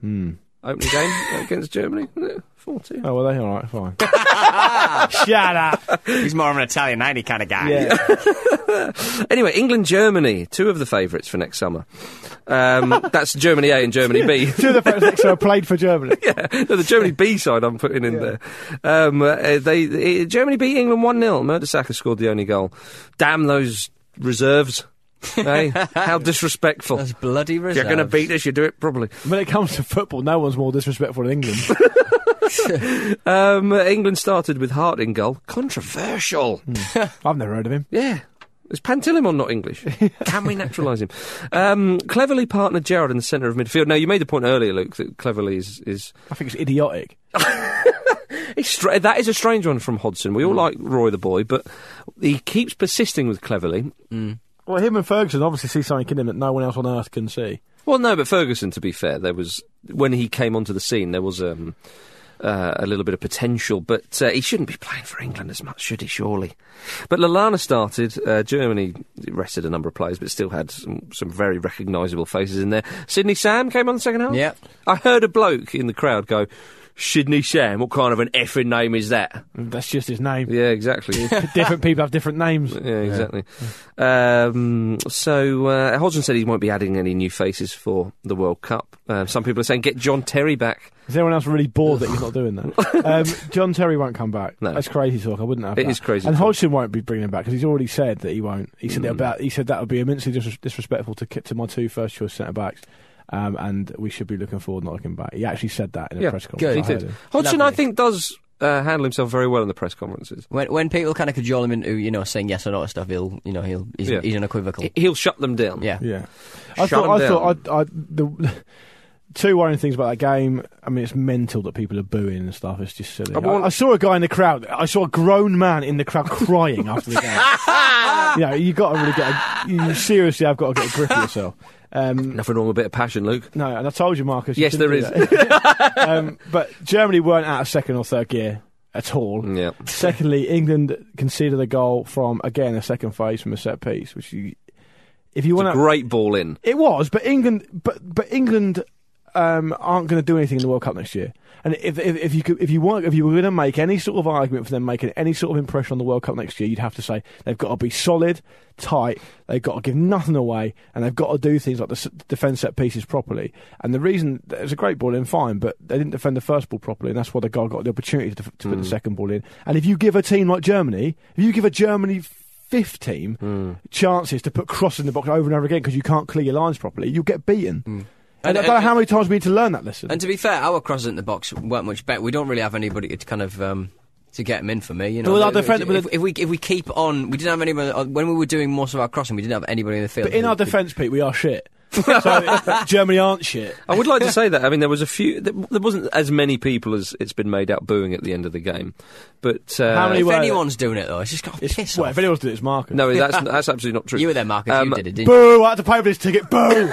Hmm. Opening game against Germany. 4 2. Oh well, they all right, fine. Shut up. He's more of an Italian 90 kind of guy. Yeah. Anyway, England Germany, two of the favourites for next summer. Um, that's Germany A and Germany B. Two of the players next to her played for Germany. no, the Germany B side I'm putting in there. Um, uh, they uh, Germany beat England 1 0. Murdersacker scored the only goal. Damn those reserves. eh? How disrespectful. That's bloody If you're reserves. going to beat us, you do it properly. When it comes to football, no one's more disrespectful than England. Um, uh, England started with Hart in goal. Controversial. I've never heard of him. Yeah. Is Pantilimon not English? Can we naturalise him? Um, cleverly partnered Gerard in the centre of midfield. Now, you made the point earlier, Luke, that Cleverly is. is I think it's idiotic. it's stra- that is a strange one from Hodgson. We all like Roy the boy, but he keeps persisting with Cleverly. Well, him and Ferguson obviously see something in him that no one else on earth can see. Well, no, but Ferguson, to be fair, there was. When he came onto the scene, there was um, uh, a little bit of potential, but uh, he shouldn't be playing for England as much, should he, surely? But Lalana started. Uh, Germany rested a number of players, but still had some, some very recognisable faces in there. Sydney Sam came on the second half. Yep. I heard a bloke in the crowd go, Sydney Sam, what kind of an effing name is that? Mm, That's just his name. Yeah, exactly. different people have different names. Yeah, exactly. Um, so uh, Hodgson said he won't be adding any new faces for the World Cup. Um, some people are saying get John Terry back. Is anyone else really bored that he's not doing that? Um, John Terry won't come back. No. That's crazy talk. Mm. I wouldn't have. It that. is crazy And talk. Hodgson won't be bringing him back because he's already said that he won't. He said that about. He said that would be immensely dis- disrespectful to ki- to my two first choice centre backs, um, and we should be looking forward, not looking back. He actually said that in a Yeah, press He conference. I heard did. him. Hodgson, I Lovely. think, does uh, handle himself very well in the press conferences. When, when people kind of cajole him into, you know, saying yes or no to stuff, he'll, you know, he'll, he's, Yeah. he's unequivocal. He- He'll shut them down. yeah. Yeah, I Shut thought. 'em I down. thought. I, I, the two worrying things about that game. I mean, it's mental that people are booing and stuff. It's just silly. I I, want- I saw a guy in the crowd. I saw a grown man in the crowd crying after the game. you know, you got to really get. A, you seriously have got to get a grip of yourself. Um, Nothing wrong with a bit of passion, Luke. no, and I told you, Marcus. you Yes, shouldn't there do that. um, but Germany weren't out of second or third gear at all. Yeah. Secondly, England conceded a goal from again a second phase from a set piece, which you, if you It's want a to great ball in. it was, but England, but but England um, aren't going to do anything in the World Cup next year. And if if, if you could, if you want if you were going to make any sort of argument for them making any sort of impression on the World Cup next year, you'd have to say they've got to be solid, tight. They've got to give nothing away, and they've got to do things like the s- defend set pieces properly. And the reason it was a great ball in, fine, but they didn't defend the first ball properly, and that's why the guy got the opportunity to, to put the second ball in. And if you give a team like Germany, if you give a Germany fifth team chances to put cross in the box over and over again because you can't clear your lines properly, you'll get beaten. Hmm. And, I don't know how many times we need to learn that lesson. And to be fair, our crosses in the box weren't much better. We don't really have anybody to kind of um, to get him in for me. You know, But without If- defend- if, but- if we if we keep on, we didn't have anybody uh, when we were doing most of our crossing. We didn't have anybody in the field. but in our who- defence, Pete, we are shit. so Germany aren't shit. I would like to say that. I mean, there was a few. There there wasn't as many people as it's been made out booing at the end of the game, but uh, How many if were- anyone's doing it though, it's just got to It's, piss well, off. if anyone's did it, it's Marcus. No, that's that's absolutely not true. You were there, Marcus. Um, you did it, didn't you? Boo! I had to pay for this ticket. Boo!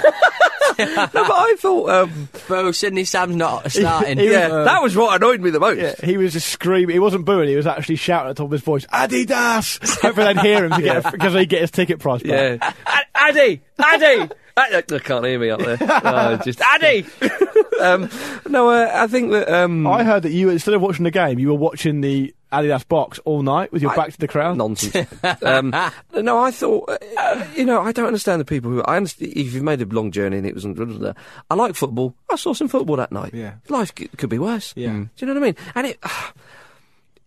No, but I thought. Um, Bro, Sydney Sam's not starting. he- yeah, Uh, that was what annoyed me the most. Yeah, he was just screaming. He wasn't booing. He was actually shouting at the top of his voice, "Adidas!" Hopefully they'd hear him to get because he'd get his ticket price back. Yeah. A- Addy! Addy! I, I can't hear me up there. No, just Addy! um, no, uh, I think that. Um, I heard that you instead of watching the game, you were watching the Adidas box all night with your back to the crowd. Nonsense. um, no, I thought, uh, you know, I don't understand the people who. I understand if you've made a long journey and it was. Blah, blah, blah. I like football. I saw some football that night. Yeah. Life c- could be worse. Yeah. Mm. Do you know what I mean? And it.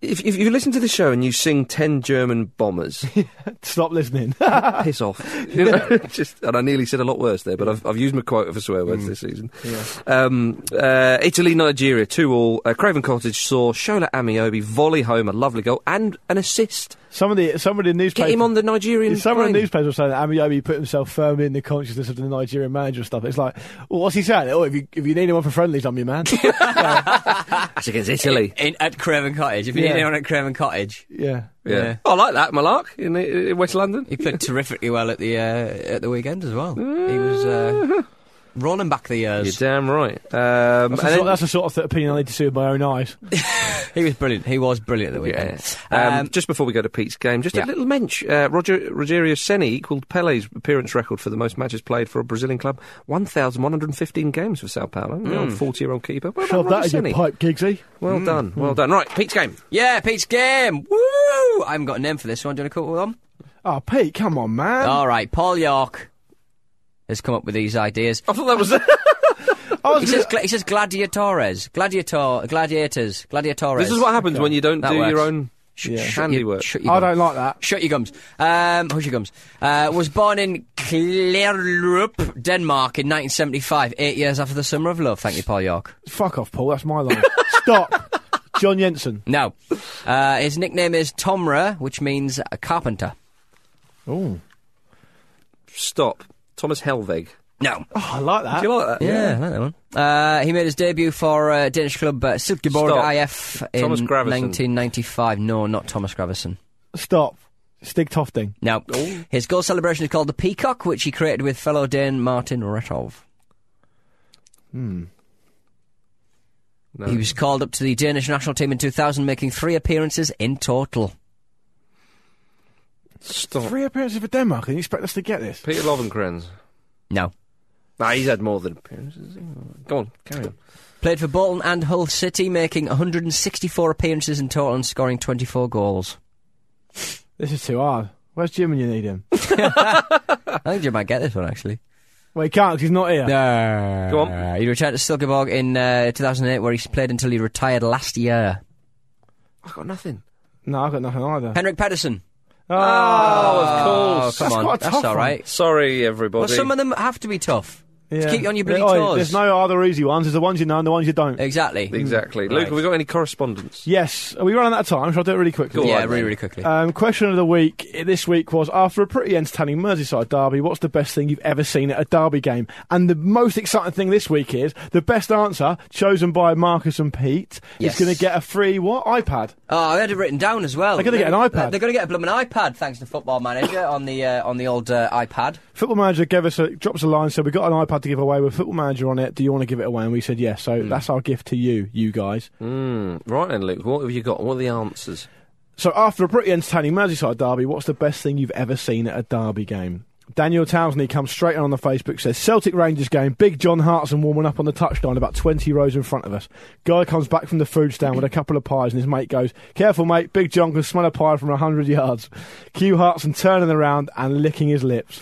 If, if you listen to the show and you sing 10 German bombers, Stop listening. piss off. You know, just and I nearly said a lot worse there, but I've, I've used my quota for swear words this season. Um, uh, Italy, Nigeria, two all. Uh, Craven Cottage saw Shola Amiobi volley home a lovely goal and an assist. some of the some of the newspapers. Get him on the Nigerian. some of the plane. newspapers were saying that Amiobi put himself firmly in the consciousness of the Nigerian manager and stuff. It's like, well, what's he saying? Oh, if you if you need anyone for friendlies, I'm your man. That's against Italy. in, at Craven Cottage. If you Yeah. need anyone at Craven Cottage, yeah. Yeah. Yeah. I like that, Malark, in, in West London. he played terrifically well at the uh, at the weekend as well. He was uh, rolling back the You're years. damn right. That's, Um, and the then- sort, that's the sort of th- opinion I need to see with my own eyes. He was brilliant. He was brilliant at the Yeah. weekend. Um, Um, just before we go to Pete's game, just a yeah. little mensch. Uh, Roger Rogerio Ceni equalled Pele's appearance record for the most matches played for a Brazilian club, 1,115 games for Sao Paulo. The Hmm. old 40-year-old keeper. Well Shove done, that Roger in your Ceni. pipe, Hmm. Giggsy. Well done. Well done. Right, Pete's game. yeah, Pete's game. Woo! I haven't got a name for this one. Do you want to call them? Oh, Pete, come on, man. Um, All right, Paul York has come up with these ideas. I thought that was. I was He says, gla- he says gladiatores, gladiator, gladiators, gladiatores. this is what happens when you don't That do your works. own Sh- Yeah. shut your- handiwork. shut your I gums. don't like that. Shut your gums. Um, who's your gums? Uh, was born in Klerup, Denmark in 1975, eight years after the Summer of Love. Thank you, Paul York. Fuck off, Paul. That's my line. Stop. John Jensen. Now, uh, his nickname is Tomra, which means a carpenter. Oh, Stop. Thomas Helveg. No. Oh, I like Do that. you like that? Uh, Yeah, I like that one. Uh, he made his debut for uh, Danish club uh, Silkeborg Stop. IF in Thomas Gravesen. 1995. No, not Thomas Gravison. Stop. Stig Tofting. Now, Oh. his goal celebration is called the Peacock, which he created with fellow Dane Martin Retov. Hmm. No. He was called up to the Danish national team in 2000, making three appearances in total. Stop. Three appearances for Denmark, and you expect us to get this? Peter Lovenkranz. No. Nah, he's had more than appearances. Go on, carry on. Played for Bolton and Hull City, making 164 appearances in total and scoring 24 goals. This is too hard. Where's Jim when you need him? I think you might get this one, actually. Well, he can't 'cause he's not here. No. Go on. He returned to Silkeborg in uh, 2008, where he played until he retired last year. I've got nothing. No, I've got nothing either. Henrik Pedersen. Oh, of Oh, course. come That's on. quite a That's tough all one. right. Sorry, everybody. Well, some of them have to be tough. Yeah. To keep you on your bloody Oi, toes. There's no other easy ones. There's the ones you know and the ones you don't. Exactly. Exactly. Hmm. Right. Luke, have we got any correspondence? Yes. Are we running out of time? Shall I do it really quickly? Go yeah, on, really, then. really quickly. Uh, Um, question of the week eh, this week was after a pretty entertaining Merseyside derby, what's the best thing you've ever seen at a derby game? And the most exciting thing this week is the best answer chosen by Marcus and Pete Yes. is going to get a free what iPad? oh, I had it written down as well. They're gonna get an iPad. They're going to get a blooming iPad thanks to Football Manager on the uh, on the old uh, iPad. Football Manager gave us a, dropped us a line, said we got an iPad to give away with Football Manager on it. Do you want to give it away? And we said yes. Hmm. So that's our gift to you, you guys. Mm, right then, Luke, what have you got? What are the answers? So after a pretty entertaining Merseyside derby, what's the best thing you've ever seen at a derby game? Daniel Townsend comes straight on the Facebook says Celtic Rangers game, big John Hartson warming up on the touchline about twenty rows in front of us. Guy comes back from the food stand with a couple of pies and his mate goes, Careful mate, Big John can smell a pie from hundred yards. Q Hartson turning around and licking his lips.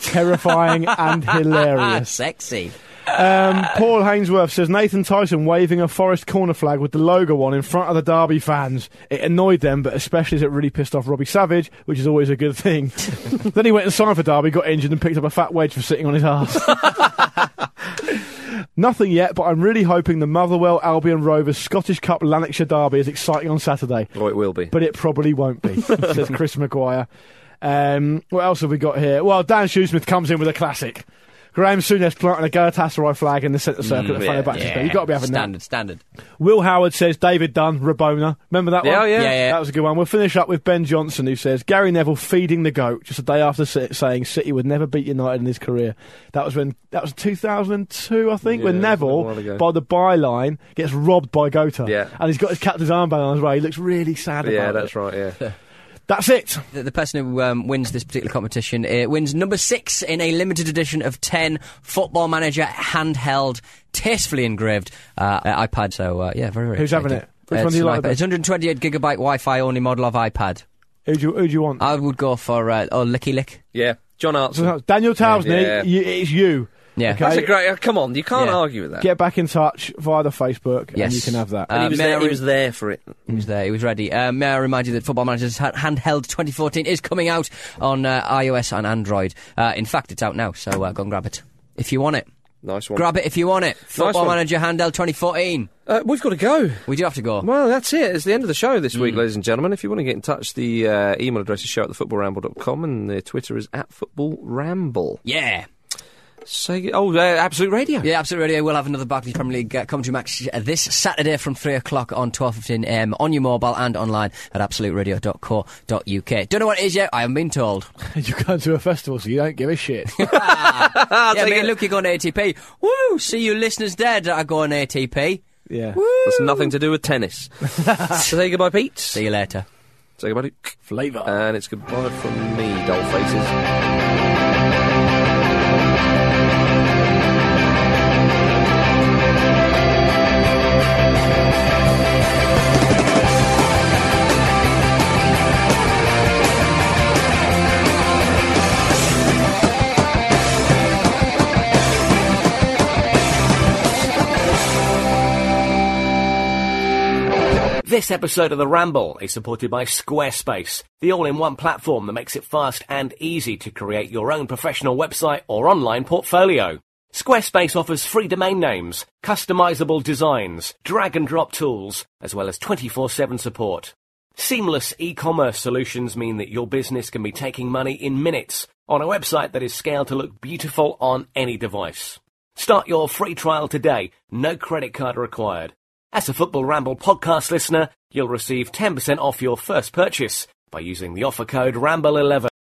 Terrifying and Ah, hilarious. sexy. Um, Paul Hainsworth says Nathan Tyson waving a forest corner flag with the logo on in front of the Derby fans. It annoyed them, but especially as it really pissed off Robbie Savage, which is always a good thing. then he went and signed for Derby, got injured, and picked up a fat wedge for sitting on his ass. Nothing yet, but I'm really hoping the Motherwell Albion Rovers Scottish Cup Lanarkshire Derby is exciting on Saturday. Oh, it will be. But it probably won't be, says Chris Maguire. Um, what else have we got here? Well, Dan Shoesmith comes in with a classic. Graham Souness planting a Galatasaray flag in the Mm, centre circle at Fenerbahce. Square. You've got to be having standard, standard. that. Will Howard says David Dunn, Rabona. Remember that Yeah, one? oh, yeah. Yeah, yeah. That was a good one. We'll finish up with Ben Johnson, who says Gary Neville feeding the goat just a day after si- saying City would never beat United in his career. That was when that was 2002, I think, when Yeah, that was a while Neville ago. by the byline gets robbed by Gota, Yeah. and he's got his captain's armband on as well. He looks really sad. yeah, about that's it. right. Yeah, That's it. The, the person who um, wins this particular competition uh, wins number six in a limited edition of 10 Football Manager handheld, tastefully engraved uh, uh, iPad. So, uh, yeah, very, very Who's having exciting. it? Which Uh, one do you it's an like the iPad. best? It's 128 gigabyte Wi-Fi only model of iPad. Who do you, who do you want? I would go for uh, oh Licky Lick. yeah. John Artson. Daniel Towsney, Yeah. you- it's you. Yeah. Okay. That's a great. uh, Come on, you can't Yeah. argue with that. Get back in touch via the Facebook, Yes. and you can have that. And Uh, he was Mary- there. He was there for it. He was there. He was ready. Uh, may I remind you that Football Manager's ha- Handheld 2014 is coming out on uh, iOS and Android. Uh, in fact, it's out now, so uh, go and grab it if you want it. Nice one. Grab it if you want it. Football one. Manager Handheld 2014. Uh, we've got to go. We do have to go. Well, that's it. It's the end of the show this Mm. week, ladies and gentlemen. If you want to get in touch, the uh, email address is show at thefootballramble.com and the Twitter is at footballramble. Yeah. Say, oh, uh, Absolute Radio. Yeah, absolutely. I will have another Barclays Premier League uh, commentary match uh, this Saturday from 3 o'clock on 12.15am on your mobile and online at absoluteradio.co.uk. Don't know what it is yet. I haven't been told. you go to a festival, so you don't give a shit. yeah, Ah, take me it. and Luke are going to ATP. Woo! See you listeners there that are going ATP. yeah. That's nothing to do with tennis. so say goodbye, Pete. See you later. Say goodbye, Luke. Flavour. And it's goodbye from me, doll faces. This episode of The Ramble is supported by Squarespace, the all in one platform that makes it fast and easy to create your own professional website or online portfolio. Squarespace offers free domain names, customizable designs, drag and drop tools, as well as 24 7 support. Seamless e commerce solutions mean that your business can be taking money in minutes on a website that is scaled to look beautiful on any device. Start your free trial today, no credit card required. As a Football Ramble podcast listener, you'll receive 10% off your first purchase by using the offer code RAMBLE11.